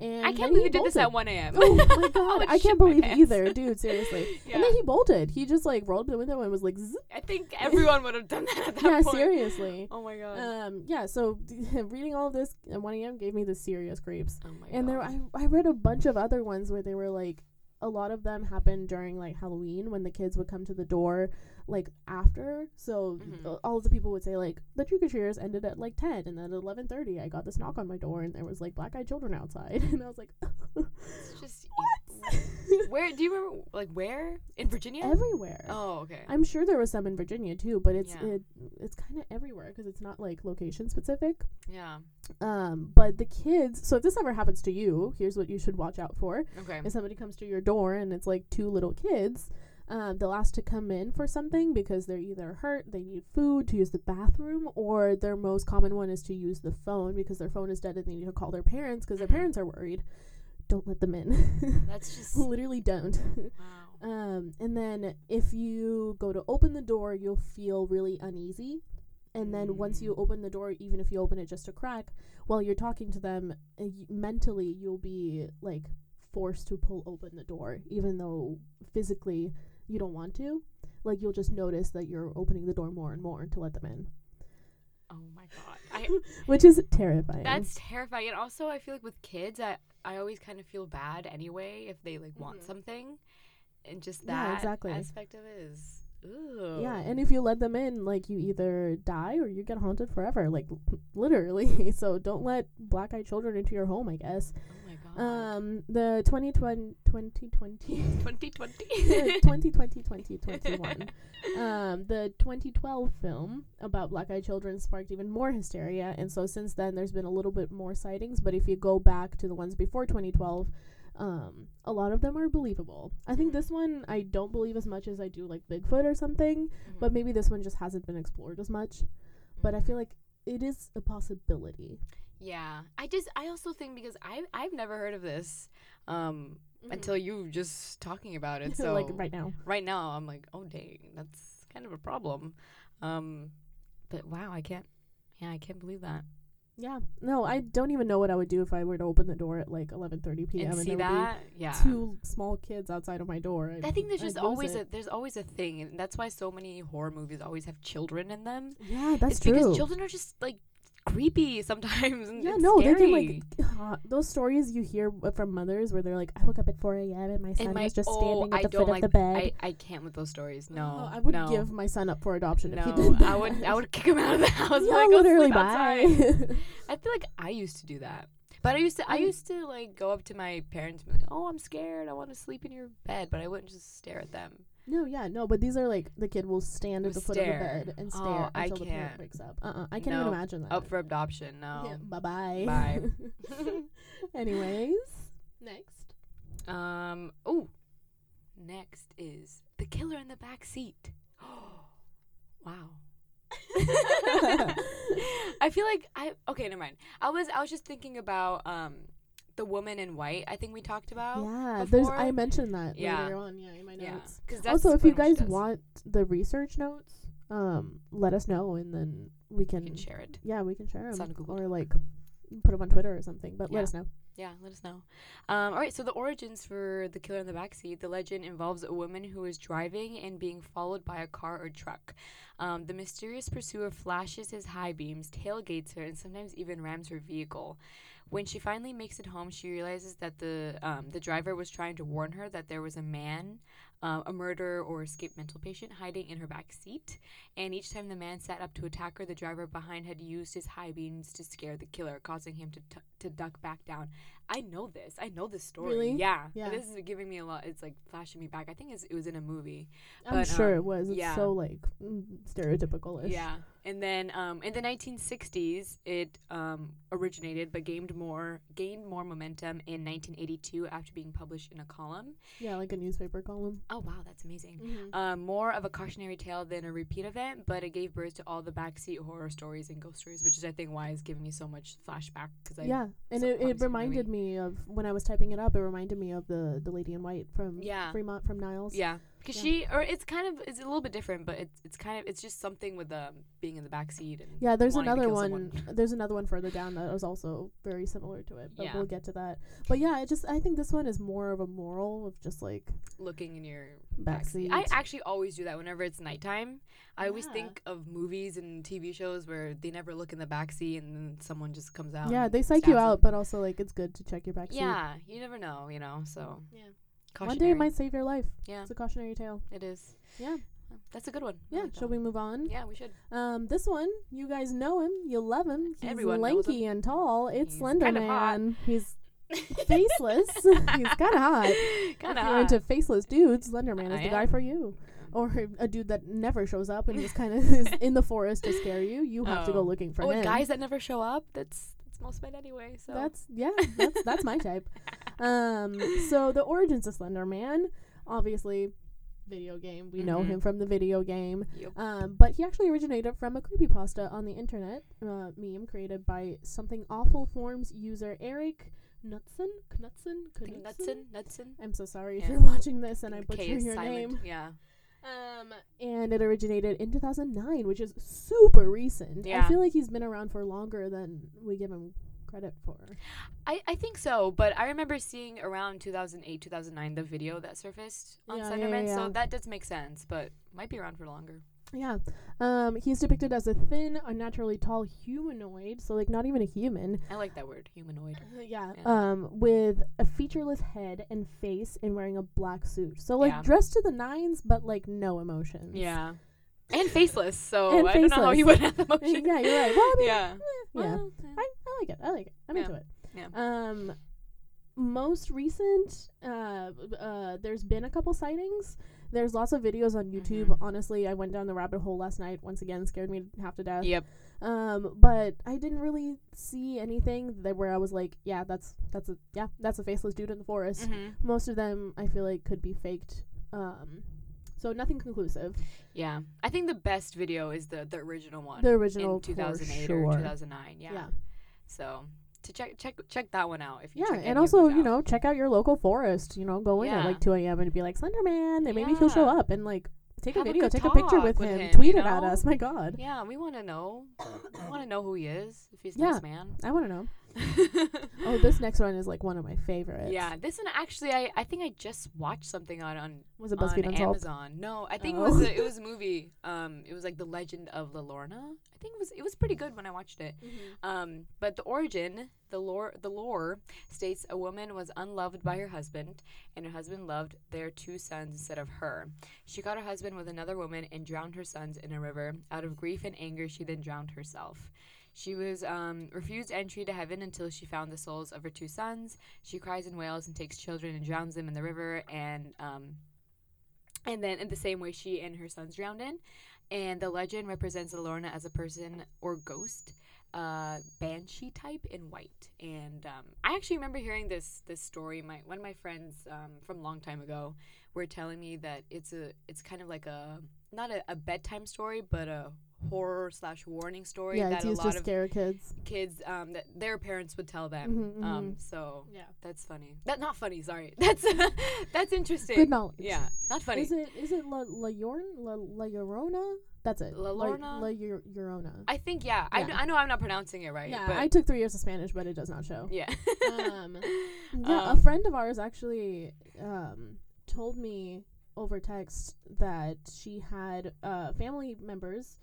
[SPEAKER 1] And
[SPEAKER 2] I
[SPEAKER 1] then
[SPEAKER 2] can't believe
[SPEAKER 1] he
[SPEAKER 2] you did this
[SPEAKER 1] bolted.
[SPEAKER 2] at 1 a.m.
[SPEAKER 1] Oh my god,
[SPEAKER 2] would
[SPEAKER 1] I
[SPEAKER 2] shit
[SPEAKER 1] can't
[SPEAKER 2] my
[SPEAKER 1] believe
[SPEAKER 2] pants.
[SPEAKER 1] either, dude. Seriously.
[SPEAKER 2] Yeah.
[SPEAKER 1] And then he bolted. He just like rolled up the window and was like, Zzz.
[SPEAKER 2] I think everyone would have done that at that
[SPEAKER 1] yeah,
[SPEAKER 2] point.
[SPEAKER 1] seriously.
[SPEAKER 2] Oh my god.
[SPEAKER 1] Um, yeah. So reading all of this at 1 a.m. gave me the serious creeps.
[SPEAKER 2] oh my
[SPEAKER 1] And
[SPEAKER 2] god.
[SPEAKER 1] there, I I read a bunch of other ones where they were like, a lot of them happened during like Halloween when the kids would come to the door like after. So
[SPEAKER 2] Mhm.
[SPEAKER 1] uh, all of the people would say like the trick or treaters ended at like ten, and then at eleven thirty, I got this knock on my door, and there was like black eyed children outside, and I was like,
[SPEAKER 2] It's just e
[SPEAKER 1] what?
[SPEAKER 2] where do you remember like where in Virginia?
[SPEAKER 1] Everywhere.
[SPEAKER 2] oh, okay.
[SPEAKER 1] I'm sure there was some in Virginia too, but it's
[SPEAKER 2] Yeah.
[SPEAKER 1] it, it's kind of everywhere because it's not like location specific.
[SPEAKER 2] yeah.
[SPEAKER 1] Um, but the kids. So if this ever happens to you, here's what you should watch out for:
[SPEAKER 2] Okay.
[SPEAKER 1] if somebody comes to your door and it's like two little kids, um, they'll ask to come in for something because they're either hurt, they need food to use the bathroom, or their most common one is to use the phone because their phone is dead and they need to call their parents because their
[SPEAKER 2] Mhm.
[SPEAKER 1] parents are worried. Don't let them in.
[SPEAKER 2] That's just wow.
[SPEAKER 1] Literally, don't. Um, and then if you go to open the door, you'll feel really uneasy. And then once you
[SPEAKER 2] Mm.
[SPEAKER 1] open the door, even if you open it just a crack, while you're talking to them, uh, y- mentally you'll be like forced to pull open the door, even though physically you don't want to. Like you'll just notice that you're opening the door more and more to let them in,
[SPEAKER 2] Oh my god. I
[SPEAKER 1] which is terrifying.
[SPEAKER 2] that's terrifying. And also I feel like with kids I I always kind of feel bad anyway if they like want
[SPEAKER 1] Mhm.
[SPEAKER 2] something. And just that
[SPEAKER 1] Yeah, exactly.
[SPEAKER 2] aspect of it is ooh.
[SPEAKER 1] yeah, and if you let them in, like you either die or you get haunted forever, like literally. so don't let black-eyed children into your home, I guess.
[SPEAKER 2] oh my god.
[SPEAKER 1] Um, the 2020, 2020,
[SPEAKER 2] 2020.
[SPEAKER 1] 2020, 2021. Um, the 2012 film about black eyed children sparked even more hysteria. And so since then, there's been a little bit more sightings. But if you go back to the ones before 2012, um, a lot of them are believable. I think
[SPEAKER 2] Mhm.
[SPEAKER 1] this one I don't believe as much as I do like Bigfoot or something. But
[SPEAKER 2] Mm.
[SPEAKER 1] maybe this one just hasn't been explored as much. But I feel like it is a possibility.
[SPEAKER 2] Yeah. I just I also think because I I've never heard of this um until you just talking about it. So
[SPEAKER 1] Mm-hmm. like right now.
[SPEAKER 2] right now I'm like, "Oh dang, that's kind of a problem." Um but wow, I can't Yeah, I can't believe that.
[SPEAKER 1] Yeah. No, I don't even know what I would do if I were to open the door at like 11:30 p.m.
[SPEAKER 2] and
[SPEAKER 1] there
[SPEAKER 2] see
[SPEAKER 1] would be
[SPEAKER 2] that? Yeah.
[SPEAKER 1] two small kids outside of my door.
[SPEAKER 2] I think there's
[SPEAKER 1] I'd
[SPEAKER 2] just
[SPEAKER 1] lose
[SPEAKER 2] always
[SPEAKER 1] it.
[SPEAKER 2] a there's always a thing and that's why so many horror movies always have children in them.
[SPEAKER 1] yeah, that's
[SPEAKER 2] it's
[SPEAKER 1] true.
[SPEAKER 2] because children are just like creepy sometimes and
[SPEAKER 1] yeah,
[SPEAKER 2] it's
[SPEAKER 1] no,
[SPEAKER 2] scary.
[SPEAKER 1] they can like uh, those stories you hear w- from mothers where they're like, I woke up at 4 a.m. and my son
[SPEAKER 2] my-
[SPEAKER 1] was just
[SPEAKER 2] oh,
[SPEAKER 1] standing at
[SPEAKER 2] I
[SPEAKER 1] the
[SPEAKER 2] don't
[SPEAKER 1] foot
[SPEAKER 2] like
[SPEAKER 1] of the bed.
[SPEAKER 2] I, I can't with those stories.
[SPEAKER 1] Oh,
[SPEAKER 2] No.
[SPEAKER 1] I would
[SPEAKER 2] no.
[SPEAKER 1] give my son up for adoption if he
[SPEAKER 2] No,
[SPEAKER 1] did that.
[SPEAKER 2] I would I would kick him out of the house.
[SPEAKER 1] yeah,
[SPEAKER 2] like, "Oh, "Go sleep
[SPEAKER 1] literally,
[SPEAKER 2] outside."
[SPEAKER 1] bye.
[SPEAKER 2] I feel like I used to do that, but I used to I
[SPEAKER 1] Mm.
[SPEAKER 2] used to like go up to my parents and be like, "Oh, I'm scared. I want to sleep in your bed," but I wouldn't just stare at them.
[SPEAKER 1] no, yeah, no, but these are like the kid will stand at the
[SPEAKER 2] Would
[SPEAKER 1] foot
[SPEAKER 2] stare.
[SPEAKER 1] of the bed and
[SPEAKER 2] Oh,
[SPEAKER 1] stare until
[SPEAKER 2] I
[SPEAKER 1] the parent
[SPEAKER 2] can't.
[SPEAKER 1] wakes up. Uh, uh I can't
[SPEAKER 2] No.
[SPEAKER 1] even imagine that.
[SPEAKER 2] Up for adoption? No.
[SPEAKER 1] bye bye.
[SPEAKER 2] Bye.
[SPEAKER 1] Anyways, next.
[SPEAKER 2] um. Oh. Next is the killer in the back seat. wow. I feel like I okay. Never mind. I was I was just thinking about um the woman in white. I think we talked about.
[SPEAKER 1] yeah, there's. I
[SPEAKER 2] before-
[SPEAKER 1] mentioned that
[SPEAKER 2] Yeah.
[SPEAKER 1] later on. Yeah, in my
[SPEAKER 2] Yeah.
[SPEAKER 1] notes.
[SPEAKER 2] 'cause
[SPEAKER 1] Also,
[SPEAKER 2] that's
[SPEAKER 1] if you
[SPEAKER 2] pretty much
[SPEAKER 1] guys
[SPEAKER 2] what she does.
[SPEAKER 1] want the research notes, um, let us know and then we
[SPEAKER 2] you
[SPEAKER 1] can.
[SPEAKER 2] can share it.
[SPEAKER 1] yeah, we can share
[SPEAKER 2] It's
[SPEAKER 1] them
[SPEAKER 2] on Google
[SPEAKER 1] or like put them on Twitter or something. But
[SPEAKER 2] Yeah.
[SPEAKER 1] let us know.
[SPEAKER 2] Yeah, let us know. Um, all right, so the origins for the killer in the backseat. The legend involves a woman who is driving and being followed by a car or truck. Um, the mysterious pursuer flashes his high beams, tailgates her, and sometimes even rams her vehicle. When she finally makes it home, she realizes that the um, the driver was trying to warn her that there was a man, um, a murderer or escaped mental patient, hiding in her back seat. And each time the man sat up to attack her, the driver behind had used his high beams to scare the killer, causing him to, t- to duck back down. I know this. I know this story.
[SPEAKER 1] Really?
[SPEAKER 2] Yeah.
[SPEAKER 1] Yeah.
[SPEAKER 2] This is giving me a lot. It's like flashing me back. I think it's, it was in a movie.
[SPEAKER 1] I'm
[SPEAKER 2] But,
[SPEAKER 1] sure
[SPEAKER 2] um,
[SPEAKER 1] it was. It's
[SPEAKER 2] yeah.
[SPEAKER 1] so like mm, stereotypical ish.
[SPEAKER 2] Yeah, and then um, in the 1960s, it um, originated but gained more gained more momentum in 1982 after being published in a column.
[SPEAKER 1] Yeah, like a newspaper column.
[SPEAKER 2] Oh wow, that's amazing. Um, more of a cautionary tale than a repeat event, but it gave birth to all the backseat horror stories and ghost stories, which is I think why it's giving me so much flashback because I
[SPEAKER 1] yeah, and
[SPEAKER 2] so
[SPEAKER 1] it,
[SPEAKER 2] promising
[SPEAKER 1] it
[SPEAKER 2] to
[SPEAKER 1] reminded me of when I was typing it up. It reminded me of the the lady in white from
[SPEAKER 2] Yeah.
[SPEAKER 1] Fremont from Niles.
[SPEAKER 2] yeah because
[SPEAKER 1] Yeah.
[SPEAKER 2] she or it's kind of it's a little bit different, but it's it's kind of it's just something with um being in the backseat and
[SPEAKER 1] Yeah, there's
[SPEAKER 2] wanting to
[SPEAKER 1] another
[SPEAKER 2] kill
[SPEAKER 1] one.
[SPEAKER 2] someone.
[SPEAKER 1] There's another one further down that was also very similar to it, but
[SPEAKER 2] Yeah.
[SPEAKER 1] we'll get to that. But yeah, it just I think this one is more of a moral of just like
[SPEAKER 2] looking in your
[SPEAKER 1] backseat.
[SPEAKER 2] I actually always do that whenever it's nighttime. I always
[SPEAKER 1] Yeah.
[SPEAKER 2] think of movies and TV shows where they never look in the backseat and then someone just comes out.
[SPEAKER 1] yeah,
[SPEAKER 2] and
[SPEAKER 1] they psych you
[SPEAKER 2] stabs
[SPEAKER 1] out,
[SPEAKER 2] them.
[SPEAKER 1] but also like it's good to check your backseat.
[SPEAKER 2] um, yeah, you never know, you know. So
[SPEAKER 1] One day it
[SPEAKER 2] Cautionary.
[SPEAKER 1] might save your life.
[SPEAKER 2] Yeah,
[SPEAKER 1] It's a cautionary tale.
[SPEAKER 2] it is.
[SPEAKER 1] Yeah.
[SPEAKER 2] That's a good one. I
[SPEAKER 1] Yeah,
[SPEAKER 2] like that
[SPEAKER 1] shall
[SPEAKER 2] one.
[SPEAKER 1] we move on?
[SPEAKER 2] Yeah, we should.
[SPEAKER 1] Um, this one, you guys know him. You love him. He's
[SPEAKER 2] Everyone knows
[SPEAKER 1] lanky and tall. It's
[SPEAKER 2] He's
[SPEAKER 1] Slender
[SPEAKER 2] kind of hot.
[SPEAKER 1] Man. He's faceless. He's kind of hot. if
[SPEAKER 2] Kind of
[SPEAKER 1] you're into faceless dudes, Slender Man is
[SPEAKER 2] I
[SPEAKER 1] the guy
[SPEAKER 2] am.
[SPEAKER 1] for you. Or a dude that never shows up and just kind of is in the forest to scare you. You have to go
[SPEAKER 2] Oh.
[SPEAKER 1] looking for
[SPEAKER 2] Oh,
[SPEAKER 1] him.
[SPEAKER 2] and guys that never show up. That's that's most men anyway. So
[SPEAKER 1] That's yeah, that's that's my type. Um, so the origins of Slender Man, obviously, video game. We know
[SPEAKER 2] Mhm.
[SPEAKER 1] him from the video game.
[SPEAKER 2] Yep.
[SPEAKER 1] Um, but he actually originated from a creepypasta on the internet uh, meme created by something awful forms user Eric Knudsen. Knudsen.
[SPEAKER 2] I think
[SPEAKER 1] Knudsen?
[SPEAKER 2] Nutson, Nutson.
[SPEAKER 1] I'm so sorry if
[SPEAKER 2] Yeah.
[SPEAKER 1] you're watching this and I
[SPEAKER 2] The K
[SPEAKER 1] butcher your
[SPEAKER 2] is silent.
[SPEAKER 1] name.
[SPEAKER 2] Yeah.
[SPEAKER 1] Um, and it originated in 2009, which is super recent. I
[SPEAKER 2] Yeah.
[SPEAKER 1] feel like he's been around for longer than we give him credit for.
[SPEAKER 2] I, I think so, but I remember seeing around 2008, 2009 the video that surfaced on
[SPEAKER 1] Yeah, yeah,
[SPEAKER 2] Slenderman,
[SPEAKER 1] yeah, yeah.
[SPEAKER 2] so that does make sense, but might be around for longer.
[SPEAKER 1] Yeah. Um, he's depicted as a thin, unnaturally tall humanoid, so like not even a human.
[SPEAKER 2] I like that word, humanoid.
[SPEAKER 1] Yeah.
[SPEAKER 2] Yeah.
[SPEAKER 1] Um, with a featureless head and face and wearing a black suit. So like
[SPEAKER 2] Yeah.
[SPEAKER 1] dressed to the nines but like no emotions.
[SPEAKER 2] Yeah. And faceless, so
[SPEAKER 1] And
[SPEAKER 2] I don't know how
[SPEAKER 1] faceless.
[SPEAKER 2] he would have emotion.
[SPEAKER 1] yeah, you're right. Well, I mean,
[SPEAKER 2] yeah.
[SPEAKER 1] yeah.
[SPEAKER 2] Well, yeah.
[SPEAKER 1] I, I like it. I like it. I'm
[SPEAKER 2] Yeah.
[SPEAKER 1] into it.
[SPEAKER 2] Yeah.
[SPEAKER 1] Um, most recent, uh, b- uh, there's been a couple sightings. There's lots of videos on YouTube.
[SPEAKER 2] Mhm.
[SPEAKER 1] Honestly, I went down the rabbit hole last night. Once again, scared me half to death.
[SPEAKER 2] Yep.
[SPEAKER 1] Um, but I didn't really see anything that where I was like, yeah, that's that's a yeah, that's a faceless dude in the forest.
[SPEAKER 2] hmm
[SPEAKER 1] Most of them I feel like could be faked. Um, so nothing conclusive.
[SPEAKER 2] Yeah. I think the best video is the the original one.
[SPEAKER 1] The original
[SPEAKER 2] in 2008
[SPEAKER 1] for
[SPEAKER 2] or
[SPEAKER 1] sure.
[SPEAKER 2] 2009. Yeah.
[SPEAKER 1] Yeah. So
[SPEAKER 2] So to check check check that one out if you
[SPEAKER 1] yeah,
[SPEAKER 2] check any of
[SPEAKER 1] and also
[SPEAKER 2] these
[SPEAKER 1] you
[SPEAKER 2] out.
[SPEAKER 1] know check out your local forest. You know, go in at
[SPEAKER 2] Yeah.
[SPEAKER 1] like two a.m. and be like Slender Man, and maybe he'll show
[SPEAKER 2] Yeah.
[SPEAKER 1] up and like take
[SPEAKER 2] Have
[SPEAKER 1] a
[SPEAKER 2] a
[SPEAKER 1] video,
[SPEAKER 2] good
[SPEAKER 1] take a picture
[SPEAKER 2] talk
[SPEAKER 1] with
[SPEAKER 2] with
[SPEAKER 1] him,
[SPEAKER 2] him,
[SPEAKER 1] tweet
[SPEAKER 2] you
[SPEAKER 1] it at
[SPEAKER 2] know?
[SPEAKER 1] us. My God,
[SPEAKER 2] Yeah, we want to know. we want to know who he is if he's a
[SPEAKER 1] Yeah.
[SPEAKER 2] nice man.
[SPEAKER 1] I want to know. Oh, this next one is like one of my favorites.
[SPEAKER 2] Yeah, this one actually, I, I think I just watched something on on,
[SPEAKER 1] was it
[SPEAKER 2] on
[SPEAKER 1] BuzzFeed Unsolved?
[SPEAKER 2] Amazon. No, I think
[SPEAKER 1] Oh.
[SPEAKER 2] it was a, it was a movie. Um, it was like the Legend of Lorna. I think it was it was pretty good when I watched it.
[SPEAKER 1] Mm-hmm.
[SPEAKER 2] Um, but the origin, the lore, the lore states a woman was unloved by her husband, and her husband loved their two sons instead of her. She caught her husband with another woman and drowned her sons in a river. Out of grief and anger, she then drowned herself. She was um, refused entry to heaven until she found the souls of her two sons. She cries and wails and takes children and drowns them in the river, and um, and then in the same way she and her sons drowned in. And the legend represents Lorna as a person or ghost uh, banshee type in white. And um, I actually remember hearing this this story. My one of my friends um, from a long time ago were telling me that it's a it's kind of like a not a, a bedtime story, but a horror slash warning story
[SPEAKER 1] Yeah,
[SPEAKER 2] that
[SPEAKER 1] it's
[SPEAKER 2] a
[SPEAKER 1] used
[SPEAKER 2] lot
[SPEAKER 1] to
[SPEAKER 2] of
[SPEAKER 1] scare kids.
[SPEAKER 2] kids um, that their parents would tell them.
[SPEAKER 1] Mhm,
[SPEAKER 2] Um, so
[SPEAKER 1] Yeah.
[SPEAKER 2] that's funny. That not funny. Sorry. That's that's interesting.
[SPEAKER 1] Good knowledge.
[SPEAKER 2] Yeah, not funny.
[SPEAKER 1] Is it is it La La Llorn La La Llorona? That's it.
[SPEAKER 2] La Llorona?
[SPEAKER 1] La, La Llor- Llorona.
[SPEAKER 2] I think yeah. I,
[SPEAKER 1] Yeah.
[SPEAKER 2] kn- I know I'm not pronouncing it right.
[SPEAKER 1] yeah,
[SPEAKER 2] but
[SPEAKER 1] I took three years of Spanish, but it does not show.
[SPEAKER 2] yeah.
[SPEAKER 1] Um, yeah,
[SPEAKER 2] Um,
[SPEAKER 1] a friend of ours actually um, told me over text that she had uh, family members,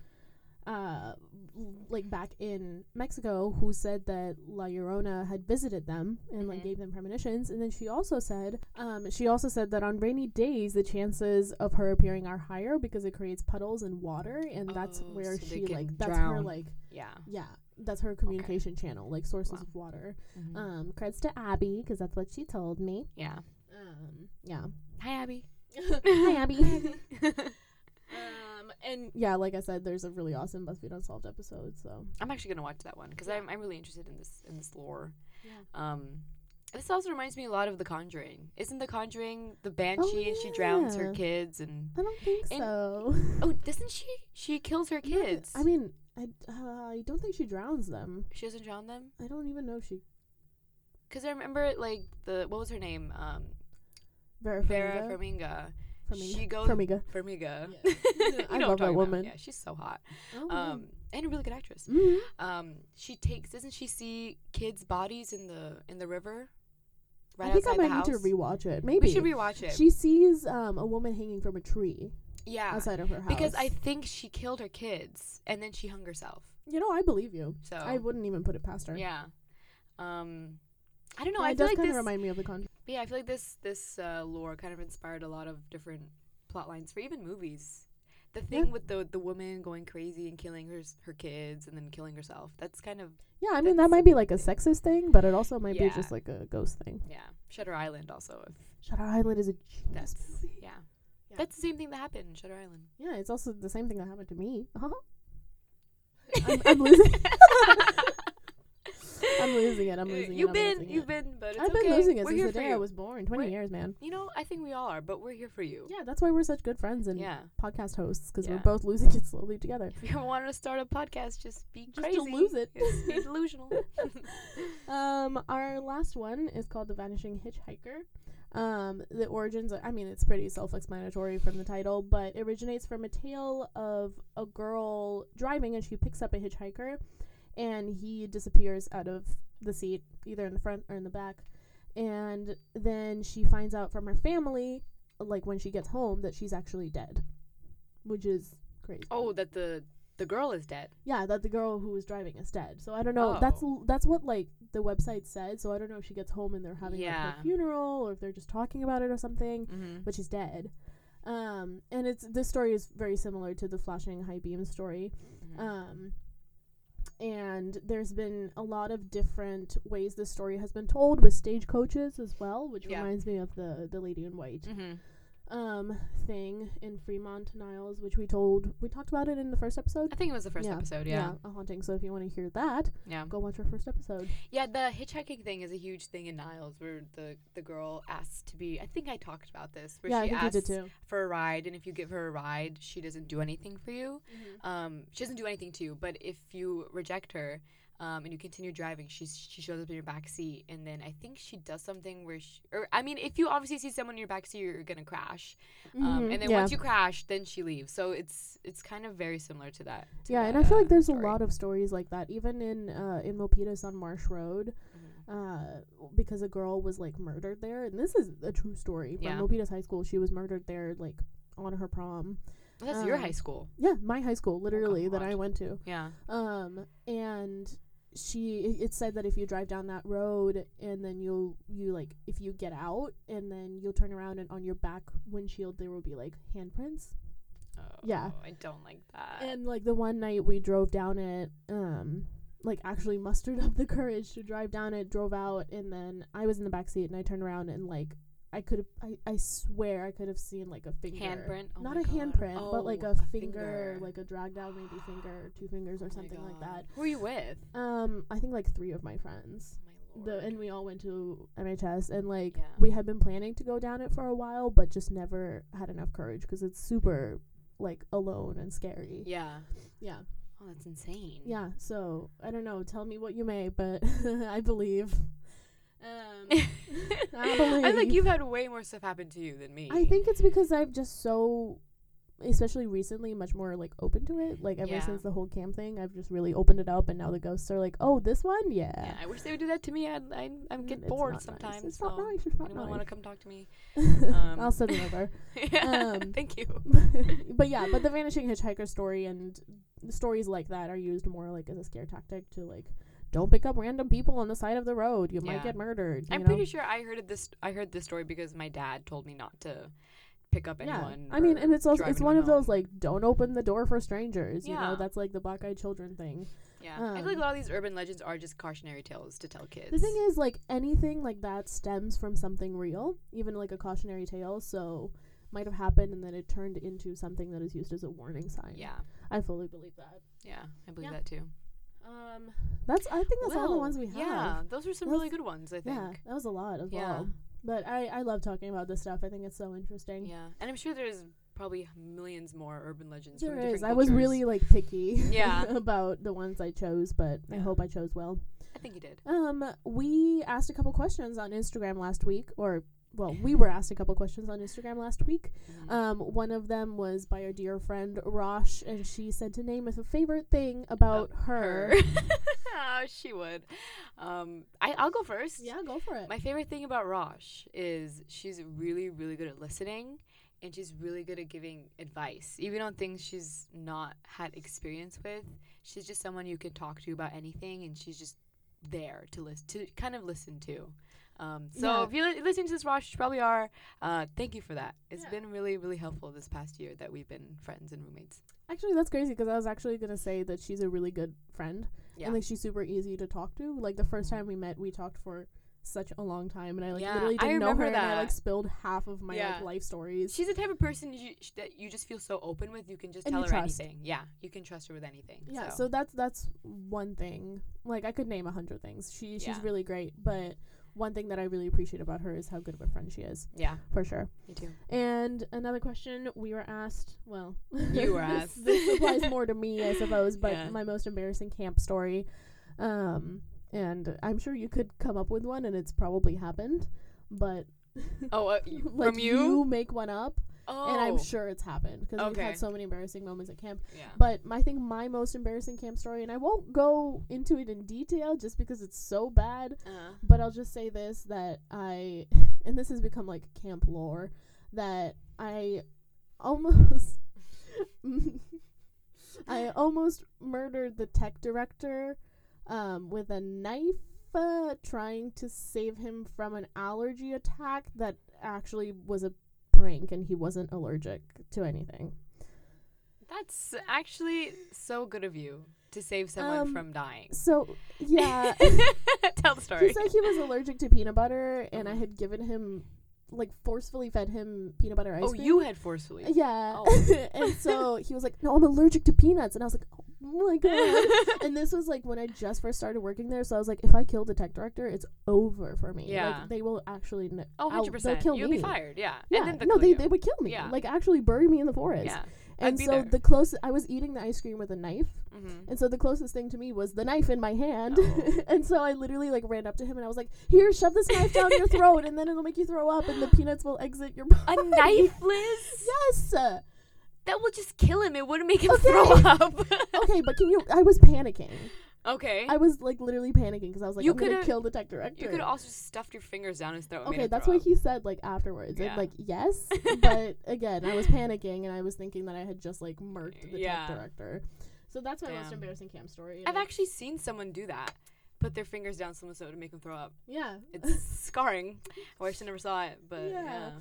[SPEAKER 1] uh, l- like back in Mexico, who said that La Llorona had visited them and like
[SPEAKER 2] Mhm.
[SPEAKER 1] gave them premonitions. And then she also said, um, she also said that on rainy days, the chances of her appearing are higher because it creates puddles and water, and that's
[SPEAKER 2] Oh,
[SPEAKER 1] where
[SPEAKER 2] so they
[SPEAKER 1] she
[SPEAKER 2] can
[SPEAKER 1] like that's her
[SPEAKER 2] drown.
[SPEAKER 1] like
[SPEAKER 2] yeah.
[SPEAKER 1] yeah that's her communication channel like sources
[SPEAKER 2] Wow.
[SPEAKER 1] of water.
[SPEAKER 2] Mhm.
[SPEAKER 1] Um, creds to Abby because that's what she told me.
[SPEAKER 2] yeah.
[SPEAKER 1] Um, yeah.
[SPEAKER 2] Hi, Abby.
[SPEAKER 1] Hi, Abby. um, and yeah, like I said, there's a really awesome BuzzFeed Unsolved episode. So
[SPEAKER 2] I'm actually gonna watch that one because
[SPEAKER 1] Yeah.
[SPEAKER 2] I'm, I'm really interested in this in this lore.
[SPEAKER 1] Yeah.
[SPEAKER 2] Um, this also reminds me a lot of The Conjuring. Isn't The Conjuring the banshee and she drowns her
[SPEAKER 1] Oh, yeah.
[SPEAKER 2] kids and
[SPEAKER 1] I don't think
[SPEAKER 2] And-
[SPEAKER 1] so.
[SPEAKER 2] oh, doesn't she? She kills her
[SPEAKER 1] Yeah,
[SPEAKER 2] kids.
[SPEAKER 1] I mean, I uh, I don't think she drowns them.
[SPEAKER 2] she doesn't drown them
[SPEAKER 1] I don't even know if she
[SPEAKER 2] because I remember like the what was her name? Um,
[SPEAKER 1] Vera
[SPEAKER 2] Vera
[SPEAKER 1] Farmiga.
[SPEAKER 2] Farmiga.
[SPEAKER 1] Farmiga.
[SPEAKER 2] she goes-
[SPEAKER 1] Farmiga.
[SPEAKER 2] Farmiga.
[SPEAKER 1] Yeah.
[SPEAKER 2] You
[SPEAKER 1] I
[SPEAKER 2] know what
[SPEAKER 1] love that
[SPEAKER 2] I'm talking about.
[SPEAKER 1] woman.
[SPEAKER 2] Yeah, she's so hot.
[SPEAKER 1] Oh, yeah.
[SPEAKER 2] Um, and a really good actress.
[SPEAKER 1] Mhm.
[SPEAKER 2] um she takes doesn't she see kids bodies in the in the river right
[SPEAKER 1] I think I
[SPEAKER 2] outside
[SPEAKER 1] might
[SPEAKER 2] the house
[SPEAKER 1] need to rewatch it. Maybe
[SPEAKER 2] we should rewatch it
[SPEAKER 1] She sees um a woman hanging from a tree
[SPEAKER 2] yeah
[SPEAKER 1] outside of her house.
[SPEAKER 2] because i think she killed her kids and then she hung herself
[SPEAKER 1] you know, I believe you.
[SPEAKER 2] so
[SPEAKER 1] I wouldn't even put it past her.
[SPEAKER 2] yeah um i don't know
[SPEAKER 1] Yeah,
[SPEAKER 2] i
[SPEAKER 1] it does
[SPEAKER 2] feel like
[SPEAKER 1] kind
[SPEAKER 2] this
[SPEAKER 1] of remind me of the conjuring.
[SPEAKER 2] yeah i feel like this this uh, lore kind of inspired a lot of different plot lines for even movies the thing with the the woman going crazy and killing her s- her kids and then killing herself. That's kind of
[SPEAKER 1] Yeah, I mean that
[SPEAKER 2] That's
[SPEAKER 1] might be like a sexist thing, but it also might
[SPEAKER 2] Yeah.
[SPEAKER 1] be just like a ghost thing.
[SPEAKER 2] yeah. Shutter Island also. If
[SPEAKER 1] Shutter Island is a genius
[SPEAKER 2] that's
[SPEAKER 1] movie.
[SPEAKER 2] yeah.
[SPEAKER 1] Yeah.
[SPEAKER 2] That's the same thing that happened in Shutter Island.
[SPEAKER 1] Yeah, it's also the same thing that happened to me. Uh-huh. I'm, I'm losing. I'm losing it. I'm losing it.
[SPEAKER 2] Eh, You've
[SPEAKER 1] I'm
[SPEAKER 2] been,
[SPEAKER 1] losing
[SPEAKER 2] you've
[SPEAKER 1] it.
[SPEAKER 2] been, but it's
[SPEAKER 1] I've been
[SPEAKER 2] okay.
[SPEAKER 1] losing it
[SPEAKER 2] We're
[SPEAKER 1] since
[SPEAKER 2] here
[SPEAKER 1] the
[SPEAKER 2] for
[SPEAKER 1] day I
[SPEAKER 2] you.
[SPEAKER 1] was born. 20
[SPEAKER 2] We're-
[SPEAKER 1] years, man.
[SPEAKER 2] You know, I think we all are, but we're here for you.
[SPEAKER 1] Yeah, that's why we're such good friends and
[SPEAKER 2] Yeah.
[SPEAKER 1] podcast hosts because
[SPEAKER 2] Yeah.
[SPEAKER 1] we're both losing it slowly together.
[SPEAKER 2] If you want to start a podcast, just be
[SPEAKER 1] Just
[SPEAKER 2] crazy.
[SPEAKER 1] to lose it.
[SPEAKER 2] Yes, be delusional.
[SPEAKER 1] Um, our last one is called The Vanishing Hitchhiker. Um, the origins, I mean, it's pretty self explanatory from the title, but it originates from a tale of a girl driving and she picks up a hitchhiker and he disappears out of the seat, either in the front or in the back. And then she finds out from her family, like when she gets home, that she's actually dead, which is crazy.
[SPEAKER 2] oh, that the the girl is dead.
[SPEAKER 1] Yeah, that the girl who was driving is dead. So I don't know. That's
[SPEAKER 2] Oh.
[SPEAKER 1] l- that's what like the website said. So I don't know if she gets home and they're having like,
[SPEAKER 2] Yeah.
[SPEAKER 1] her funeral or if they're just talking about it or something.
[SPEAKER 2] Mm-hmm.
[SPEAKER 1] But she's dead. Um, and it's this story is very similar to the flashing high beam story.
[SPEAKER 2] Mm. mm-hmm.
[SPEAKER 1] Um, and there's been a lot of different ways this story has been told with stagecoaches as well, which
[SPEAKER 2] Yeah.
[SPEAKER 1] reminds me of the the lady in white
[SPEAKER 2] mm-hmm.
[SPEAKER 1] um thing in Fremont Niles, which we told we talked about it in the first episode
[SPEAKER 2] I think it was the first episode. Yeah. Mm-hmm.
[SPEAKER 1] a haunting. So if you want to hear that,
[SPEAKER 2] yeah,
[SPEAKER 1] go watch our first episode.
[SPEAKER 2] yeah, The hitchhiking thing is a huge thing in Niles, where the the girl asks to be. I think I talked about this. Where
[SPEAKER 1] yeah,
[SPEAKER 2] she
[SPEAKER 1] I think
[SPEAKER 2] asks
[SPEAKER 1] you did too.
[SPEAKER 2] for a ride, and if you give her a ride, she doesn't do anything for you. Um, she doesn't do anything to you, but if you reject her um, and you continue driving, she's, she shows up in your back seat, and then I think she does something where she, or I mean, if you obviously see someone in your back seat, you're gonna crash, um,
[SPEAKER 1] Mhm,
[SPEAKER 2] and then
[SPEAKER 1] yeah.
[SPEAKER 2] once you crash, then she leaves. So it's it's kind of very similar to that. to
[SPEAKER 1] yeah, and
[SPEAKER 2] that,
[SPEAKER 1] I feel
[SPEAKER 2] uh,
[SPEAKER 1] like there's
[SPEAKER 2] story.
[SPEAKER 1] a lot of stories like that, even in uh, in Milpitas on Marsh Road,
[SPEAKER 2] Mhm.
[SPEAKER 1] uh, because a girl was like murdered there, and this is a true story from
[SPEAKER 2] Yeah.
[SPEAKER 1] Milpitas High School. She was murdered there, like on her prom.
[SPEAKER 2] Well, that's your
[SPEAKER 1] um,
[SPEAKER 2] high school.
[SPEAKER 1] Yeah, my high school, literally that I
[SPEAKER 2] God.
[SPEAKER 1] went to.
[SPEAKER 2] Yeah.
[SPEAKER 1] Um, and she it- it said that if you drive down that road and then you'll you like if you get out and then you'll turn around and on your back windshield there will be like handprints
[SPEAKER 2] Oh,
[SPEAKER 1] yeah.
[SPEAKER 2] I don't like that.
[SPEAKER 1] and like the one night we drove down it um like actually mustered up the courage to drive down it drove out and then i was in the back seat and i turned around and like i could have I, I swear i could have seen like a finger
[SPEAKER 2] handprint. Oh
[SPEAKER 1] not
[SPEAKER 2] my
[SPEAKER 1] a
[SPEAKER 2] God.
[SPEAKER 1] handprint but like
[SPEAKER 2] Oh,
[SPEAKER 1] a, finger, like a dragged out maybe finger two fingers or
[SPEAKER 2] Oh my
[SPEAKER 1] something like
[SPEAKER 2] God.
[SPEAKER 1] that
[SPEAKER 2] Who are you with?
[SPEAKER 1] um i think like three of my friends
[SPEAKER 2] Oh my
[SPEAKER 1] the
[SPEAKER 2] lord.
[SPEAKER 1] and we all went to MHS and like
[SPEAKER 2] Yeah.
[SPEAKER 1] we had been planning to go down it for a while but just never had enough courage because it's super like alone and scary.
[SPEAKER 2] yeah.
[SPEAKER 1] Yeah.
[SPEAKER 2] Oh, that's insane.
[SPEAKER 1] Yeah, so I don't know, tell me what you may, but I believe um I believe
[SPEAKER 2] I think you've had way more stuff happen to you than me.
[SPEAKER 1] I think it's because I've just so especially recently much more like open to it. Like ever
[SPEAKER 2] Yeah.
[SPEAKER 1] since the whole cam thing, I've just really opened it up and now the ghosts are like, "Oh, this one? Yeah."
[SPEAKER 2] Yeah, I wish they would do that to me. I'd, I'd, I'm get
[SPEAKER 1] Mm, It's
[SPEAKER 2] bored
[SPEAKER 1] not nice.
[SPEAKER 2] sometimes.
[SPEAKER 1] It's
[SPEAKER 2] so
[SPEAKER 1] not nice. It's not
[SPEAKER 2] anyone want to
[SPEAKER 1] nice.
[SPEAKER 2] come talk to me? Um,
[SPEAKER 1] I'll send it over. Um,
[SPEAKER 2] Thank you.
[SPEAKER 1] but yeah, but the vanishing hitchhiker story and stories like that are used more like as a scare tactic to like don't pick up random people on the side of the road. You
[SPEAKER 2] Yeah.
[SPEAKER 1] might get murdered.
[SPEAKER 2] I'm
[SPEAKER 1] you know?
[SPEAKER 2] pretty sure I heard of this. I heard this story because my dad told me not to pick up anyone.
[SPEAKER 1] I mean,
[SPEAKER 2] or
[SPEAKER 1] and it's also
[SPEAKER 2] drive
[SPEAKER 1] it's
[SPEAKER 2] anyone
[SPEAKER 1] one of those
[SPEAKER 2] home.
[SPEAKER 1] like don't open the door for strangers. You
[SPEAKER 2] Yeah.
[SPEAKER 1] know, that's like the black eyed children thing.
[SPEAKER 2] yeah. I feel like
[SPEAKER 1] um,
[SPEAKER 2] a lot of these urban legends are just cautionary tales to tell kids.
[SPEAKER 1] The thing is, like anything like that stems from something real, even like a cautionary tale. So might have happened and then it turned into something that is used as a warning sign.
[SPEAKER 2] yeah,
[SPEAKER 1] I fully believe that.
[SPEAKER 2] yeah, I believe
[SPEAKER 1] Yeah.
[SPEAKER 2] that too.
[SPEAKER 1] Um, that's I think that's all the
[SPEAKER 2] Well,
[SPEAKER 1] ones we have.
[SPEAKER 2] Yeah, those are some
[SPEAKER 1] Those-
[SPEAKER 2] really good ones. I think.
[SPEAKER 1] Yeah, that was a lot as
[SPEAKER 2] Yeah.
[SPEAKER 1] well. But I, I love talking about this stuff. I think it's so interesting.
[SPEAKER 2] Yeah, and I'm sure there's probably millions more urban legends. from
[SPEAKER 1] There
[SPEAKER 2] different
[SPEAKER 1] is. I was
[SPEAKER 2] cultures.
[SPEAKER 1] really like picky
[SPEAKER 2] Yeah.
[SPEAKER 1] about the ones I chose, but I
[SPEAKER 2] Yeah.
[SPEAKER 1] hope I chose well.
[SPEAKER 2] I think you did.
[SPEAKER 1] Um, we asked a couple questions on Instagram last week, or well, we were asked a couple questions on Instagram last week.
[SPEAKER 2] Mhm.
[SPEAKER 1] Um, one of them was by our dear friend Rosh, and she said to name a favorite thing about her.
[SPEAKER 2] oh, she would. Um, I I'll go first.
[SPEAKER 1] Yeah, go for it.
[SPEAKER 2] My favorite thing about Rosh is she's really, really good at listening and she's really good at giving advice, even on things she's not had experience with. She's just someone you can talk to about anything and she's just there to listen to kind of listen to. Um, so
[SPEAKER 1] Yeah.
[SPEAKER 2] if you're li- listening to this, Rosh, you probably are. Uh, thank you for that. It's
[SPEAKER 1] Yeah.
[SPEAKER 2] been really, really helpful this past year that we've been friends and roommates.
[SPEAKER 1] Actually, that's crazy because I was actually gonna say that she's a really good friend,
[SPEAKER 2] Yeah.
[SPEAKER 1] and like she's super easy to talk to. Like the first
[SPEAKER 2] Mhm.
[SPEAKER 1] time we met, we talked for such a long time, and I like
[SPEAKER 2] Yeah,
[SPEAKER 1] literally
[SPEAKER 2] I
[SPEAKER 1] didn't know
[SPEAKER 2] remember
[SPEAKER 1] her, and I like
[SPEAKER 2] that.
[SPEAKER 1] spilled half of my
[SPEAKER 2] Yeah.
[SPEAKER 1] like life stories.
[SPEAKER 2] She's the type of person you, sh- that you just feel so open with. You can just
[SPEAKER 1] And
[SPEAKER 2] tell
[SPEAKER 1] you
[SPEAKER 2] her
[SPEAKER 1] trust.
[SPEAKER 2] anything. Yeah, you can trust her with anything.
[SPEAKER 1] yeah, so. that's that's one thing. Like I could name a hundred things. She she's
[SPEAKER 2] Yeah.
[SPEAKER 1] really great, but one thing that I really appreciate about her is how good of a friend she is,
[SPEAKER 2] yeah,
[SPEAKER 1] for sure.
[SPEAKER 2] me too.
[SPEAKER 1] And another question we were asked. Well,
[SPEAKER 2] You were
[SPEAKER 1] this-
[SPEAKER 2] asked.
[SPEAKER 1] this applies more to me, I suppose. But
[SPEAKER 2] Yeah.
[SPEAKER 1] my most embarrassing camp story, um, and I'm sure you could come up with one, and it's probably happened. But
[SPEAKER 2] Oh, uh, y-
[SPEAKER 1] like
[SPEAKER 2] from you?
[SPEAKER 1] make one up,
[SPEAKER 2] oh,
[SPEAKER 1] and I'm sure it's happened because we've
[SPEAKER 2] Okay.
[SPEAKER 1] had so many embarrassing moments at camp.
[SPEAKER 2] Yeah.
[SPEAKER 1] But my- I think my most embarrassing camp story, and I won't go into it in detail just because it's so bad.
[SPEAKER 2] Uh,
[SPEAKER 1] But I'll just say this that I, and this has become like camp lore, that I almost, I almost murdered the tech director um, with a knife uh, trying to save him from an allergy attack that actually was a prank and he wasn't allergic to anything.
[SPEAKER 2] that's actually so good of you to save someone
[SPEAKER 1] Um,
[SPEAKER 2] from dying.
[SPEAKER 1] So, yeah.
[SPEAKER 2] Tell the story.
[SPEAKER 1] He said he was allergic to peanut butter, and I
[SPEAKER 2] Mhm.
[SPEAKER 1] had given him, like, forcefully fed him peanut butter ice
[SPEAKER 2] oh,
[SPEAKER 1] cream.
[SPEAKER 2] you had forcefully.
[SPEAKER 1] Yeah.
[SPEAKER 2] Oh.
[SPEAKER 1] and so he was like, "No, I'm allergic to peanuts," and I was like, "Oh my god." and this was like when I just first started working there, so I was like, "If I kill the tech director, it's over for me.
[SPEAKER 2] Yeah.
[SPEAKER 1] Like, they will actually. N-
[SPEAKER 2] Oh,
[SPEAKER 1] I'll-
[SPEAKER 2] 100 percent.
[SPEAKER 1] They'll kill
[SPEAKER 2] You'll
[SPEAKER 1] me.
[SPEAKER 2] be fired. Yeah.
[SPEAKER 1] Yeah.
[SPEAKER 2] And then they'll
[SPEAKER 1] no,
[SPEAKER 2] kill
[SPEAKER 1] they
[SPEAKER 2] you.
[SPEAKER 1] they would kill me.
[SPEAKER 2] Yeah.
[SPEAKER 1] Like actually bury me in the forest.
[SPEAKER 2] Yeah. I'd
[SPEAKER 1] And
[SPEAKER 2] be
[SPEAKER 1] so
[SPEAKER 2] there.
[SPEAKER 1] the closest I was eating the ice cream with a knife,
[SPEAKER 2] Mm-hmm.
[SPEAKER 1] and so the closest thing to me was the knife in my hand.
[SPEAKER 2] Oh.
[SPEAKER 1] and so I literally like ran up to him and I was like, "Here, shove this knife down your throat, and then it'll make you throw up, and the peanuts will exit your body."
[SPEAKER 2] A knife, Liz?
[SPEAKER 1] Yes.
[SPEAKER 2] That will just kill him. It wouldn't make him
[SPEAKER 1] Okay.
[SPEAKER 2] throw up.
[SPEAKER 1] Okay, but can you? I was panicking.
[SPEAKER 2] okay.
[SPEAKER 1] I was like literally panicking because I was like,
[SPEAKER 2] You
[SPEAKER 1] I'm gonna
[SPEAKER 2] could've-
[SPEAKER 1] kill the tech director.
[SPEAKER 2] you could also just stuffed your fingers down his throat. and made
[SPEAKER 1] okay,
[SPEAKER 2] him
[SPEAKER 1] that's
[SPEAKER 2] throw
[SPEAKER 1] what
[SPEAKER 2] up.
[SPEAKER 1] he said like afterwards. And
[SPEAKER 2] Yeah.
[SPEAKER 1] like yes, but again, I was panicking and I was thinking that I had just like murked the
[SPEAKER 2] Yeah.
[SPEAKER 1] tech director. So that's my most
[SPEAKER 2] Damn.
[SPEAKER 1] embarrassing camp story. and
[SPEAKER 2] I've
[SPEAKER 1] I-
[SPEAKER 2] actually seen someone do that. Put their fingers down someone's throat to make them throw up.
[SPEAKER 1] yeah.
[SPEAKER 2] It's scarring. I wish I never saw it, but
[SPEAKER 1] Yeah.
[SPEAKER 2] yeah.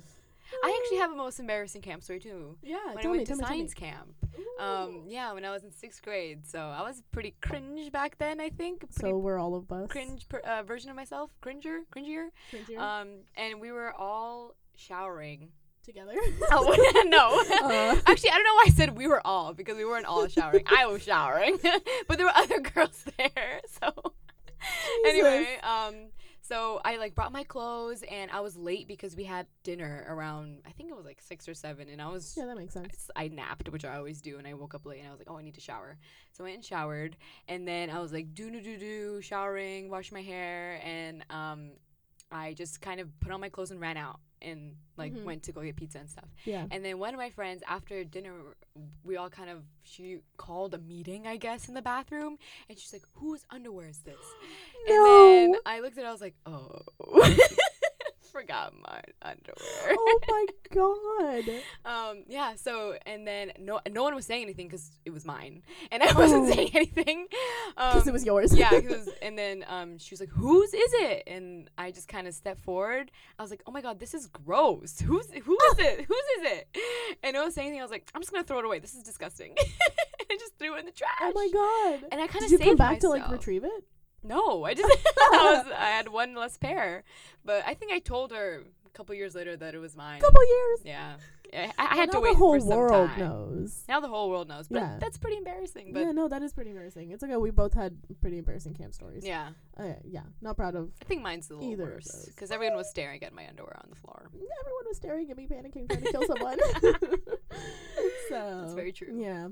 [SPEAKER 2] I actually have a most embarrassing camp story too.
[SPEAKER 1] yeah.
[SPEAKER 2] When I
[SPEAKER 1] Uh, tell
[SPEAKER 2] went
[SPEAKER 1] me,
[SPEAKER 2] to
[SPEAKER 1] tell me, Oh. tell me.
[SPEAKER 2] science camp. Um, yeah, when I was in sixth grade, so I was pretty cringe back then. I think pretty
[SPEAKER 1] so we're all of us
[SPEAKER 2] cringe per, uh, version of myself, cringer, cringier.
[SPEAKER 1] cringier
[SPEAKER 2] Um, and we were all showering.
[SPEAKER 1] together.
[SPEAKER 2] Oh no!
[SPEAKER 1] Uh.
[SPEAKER 2] Actually, I don't know why I said we were all because we weren't all showering. I was showering, but there were other girls there. So anyway, um, so I like brought my clothes and I was late because we had dinner around I think it was like six or seven, and I was
[SPEAKER 1] yeah, that makes sense.
[SPEAKER 2] s- I napped, which I always do, and I woke up late and I was like, oh, I need to shower. So I went and showered, and then I was like, do do do do, showering, wash my hair, and um, I just kind of put on my clothes and ran out and like
[SPEAKER 1] Mhm.
[SPEAKER 2] went to go get pizza and stuff.
[SPEAKER 1] Yeah.
[SPEAKER 2] And then one of my friends, after dinner, we all kind of she called a meeting, I guess, in the bathroom, and she's like, whose underwear is this? And
[SPEAKER 1] No.
[SPEAKER 2] then I looked at it, I was like, oh. Forgot my underwear.
[SPEAKER 1] oh my god.
[SPEAKER 2] Um, yeah, so and then no no one was saying anything because it was mine, and I wasn't
[SPEAKER 1] Oh.
[SPEAKER 2] saying anything.
[SPEAKER 1] Because
[SPEAKER 2] Um,
[SPEAKER 1] it was yours.
[SPEAKER 2] yeah, 'cause it was- and then um, she was like, "Whose is it?" And I just kind of stepped forward. I was like, "Oh my god, this is gross. Who's who is it? Whose is it?" And no one was saying anything. I was like, "I'm just gonna throw it away. This is disgusting." and I just threw it in the trash.
[SPEAKER 1] oh my god.
[SPEAKER 2] And I kind of
[SPEAKER 1] Did you come back to like
[SPEAKER 2] myself.
[SPEAKER 1] retrieve it?
[SPEAKER 2] No, I just I, was, I had one less pair, but I think I told her a couple years later that it was mine.
[SPEAKER 1] Couple years.
[SPEAKER 2] Yeah, I, I had
[SPEAKER 1] now
[SPEAKER 2] to wait
[SPEAKER 1] the whole
[SPEAKER 2] for some
[SPEAKER 1] world
[SPEAKER 2] time.
[SPEAKER 1] knows.
[SPEAKER 2] Now the whole world knows, but
[SPEAKER 1] Yeah.
[SPEAKER 2] that's pretty embarrassing. But
[SPEAKER 1] yeah, no, that is pretty embarrassing. It's okay. We both had pretty embarrassing camp stories.
[SPEAKER 2] yeah,
[SPEAKER 1] Uh, yeah. Not proud of.
[SPEAKER 2] I think mine's a little
[SPEAKER 1] Either of
[SPEAKER 2] worse
[SPEAKER 1] those.
[SPEAKER 2] because everyone was staring at my underwear on the floor.
[SPEAKER 1] Everyone was staring at me, panicking, trying to kill someone. so
[SPEAKER 2] That's very true.
[SPEAKER 1] Oh. Yeah.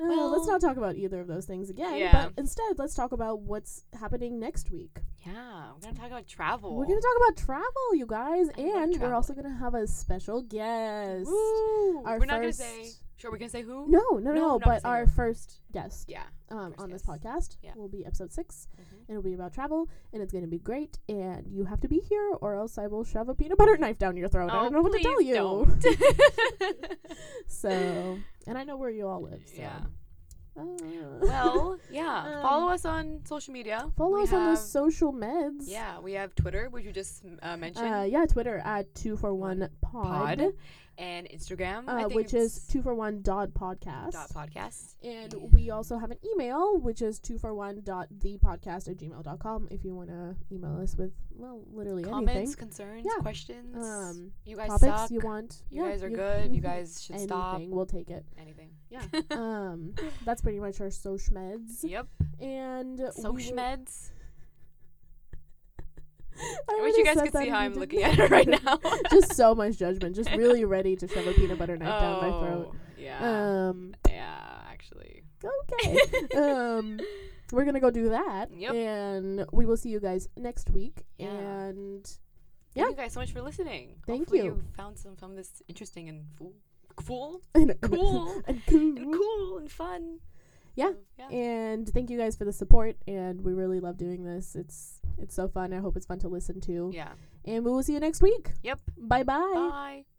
[SPEAKER 1] Uh, let's
[SPEAKER 2] Well-
[SPEAKER 1] not talk about either of those things again.
[SPEAKER 2] Yeah.
[SPEAKER 1] But instead, let's talk about what's happening next week.
[SPEAKER 2] Yeah, we're gonna talk about travel.
[SPEAKER 1] We're gonna talk about travel, you guys,
[SPEAKER 2] I love
[SPEAKER 1] and we're
[SPEAKER 2] travel.
[SPEAKER 1] also gonna have a special guest.
[SPEAKER 2] Woo!
[SPEAKER 1] Our
[SPEAKER 2] we're not gonna say.
[SPEAKER 1] first-
[SPEAKER 2] Sure, we're gonna say who?
[SPEAKER 1] No, no, no,
[SPEAKER 2] No, we're not
[SPEAKER 1] but
[SPEAKER 2] saying
[SPEAKER 1] our
[SPEAKER 2] who.
[SPEAKER 1] first guest
[SPEAKER 2] Yeah.
[SPEAKER 1] um,
[SPEAKER 2] first
[SPEAKER 1] on this
[SPEAKER 2] guest.
[SPEAKER 1] podcast
[SPEAKER 2] Yeah.
[SPEAKER 1] will be episode six.
[SPEAKER 2] Mhm.
[SPEAKER 1] It'll be about travel, and it's gonna be great. And you have to be here, or else I will shove a peanut butter knife down your throat. I don't know what to tell
[SPEAKER 2] Oh, please
[SPEAKER 1] you.
[SPEAKER 2] don't.
[SPEAKER 1] So, and I know where you all live. So.
[SPEAKER 2] yeah.
[SPEAKER 1] Uh,
[SPEAKER 2] well, yeah.
[SPEAKER 1] Um,
[SPEAKER 2] follow us on social media.
[SPEAKER 1] follow
[SPEAKER 2] We
[SPEAKER 1] us on
[SPEAKER 2] have-
[SPEAKER 1] those social meds.
[SPEAKER 2] Yeah, we have Twitter, which you just uh, mentioned,
[SPEAKER 1] Uh, yeah, Twitter at two four one pod,
[SPEAKER 2] pod, and Instagram, I
[SPEAKER 1] uh,
[SPEAKER 2] think
[SPEAKER 1] which is
[SPEAKER 2] it's
[SPEAKER 1] two four one dot podcast.
[SPEAKER 2] dot podcast.
[SPEAKER 1] And
[SPEAKER 2] Yeah.
[SPEAKER 1] we also have an email, which is 241.thepodcast at gmail.com if you want to email us with, well, literally
[SPEAKER 2] Comments,
[SPEAKER 1] anything.
[SPEAKER 2] concerns,
[SPEAKER 1] Yeah.
[SPEAKER 2] questions.
[SPEAKER 1] Um,
[SPEAKER 2] you guys
[SPEAKER 1] topics
[SPEAKER 2] suck.
[SPEAKER 1] you want.
[SPEAKER 2] You
[SPEAKER 1] Yeah,
[SPEAKER 2] guys are good. You guys should
[SPEAKER 1] anything,
[SPEAKER 2] stop.
[SPEAKER 1] We'll take it.
[SPEAKER 2] Anything.
[SPEAKER 1] Yeah. um, that's pretty much our social meds.
[SPEAKER 2] Yep.
[SPEAKER 1] And we
[SPEAKER 2] So
[SPEAKER 1] were-
[SPEAKER 2] schmeds.
[SPEAKER 1] I
[SPEAKER 2] I wish you
[SPEAKER 1] would've
[SPEAKER 2] guys
[SPEAKER 1] said
[SPEAKER 2] could
[SPEAKER 1] that
[SPEAKER 2] see
[SPEAKER 1] and
[SPEAKER 2] how
[SPEAKER 1] you
[SPEAKER 2] I'm
[SPEAKER 1] didn't.
[SPEAKER 2] looking at her right now.
[SPEAKER 1] Just so much judgment. Just really ready to shove a peanut butter knife down my throat.
[SPEAKER 2] Oh, Yeah.
[SPEAKER 1] Um,
[SPEAKER 2] yeah. Actually.
[SPEAKER 1] okay. um, we're gonna go do that.
[SPEAKER 2] Yep.
[SPEAKER 1] And we will see you guys next week.
[SPEAKER 2] Yeah.
[SPEAKER 1] And
[SPEAKER 2] Thank
[SPEAKER 1] Yeah.
[SPEAKER 2] you guys so much for listening.
[SPEAKER 1] Thank
[SPEAKER 2] Hopefully
[SPEAKER 1] you.
[SPEAKER 2] you. found some from this interesting and fool, cool,
[SPEAKER 1] and
[SPEAKER 2] cool,
[SPEAKER 1] and cool.
[SPEAKER 2] and cool and fun.
[SPEAKER 1] Yeah.
[SPEAKER 2] So, yeah.
[SPEAKER 1] And thank you guys for the support. And we really love doing this. It's it's so fun. I hope it's fun to listen to.
[SPEAKER 2] yeah.
[SPEAKER 1] And we will see you next week.
[SPEAKER 2] Yep.
[SPEAKER 1] Bye bye.
[SPEAKER 2] Bye.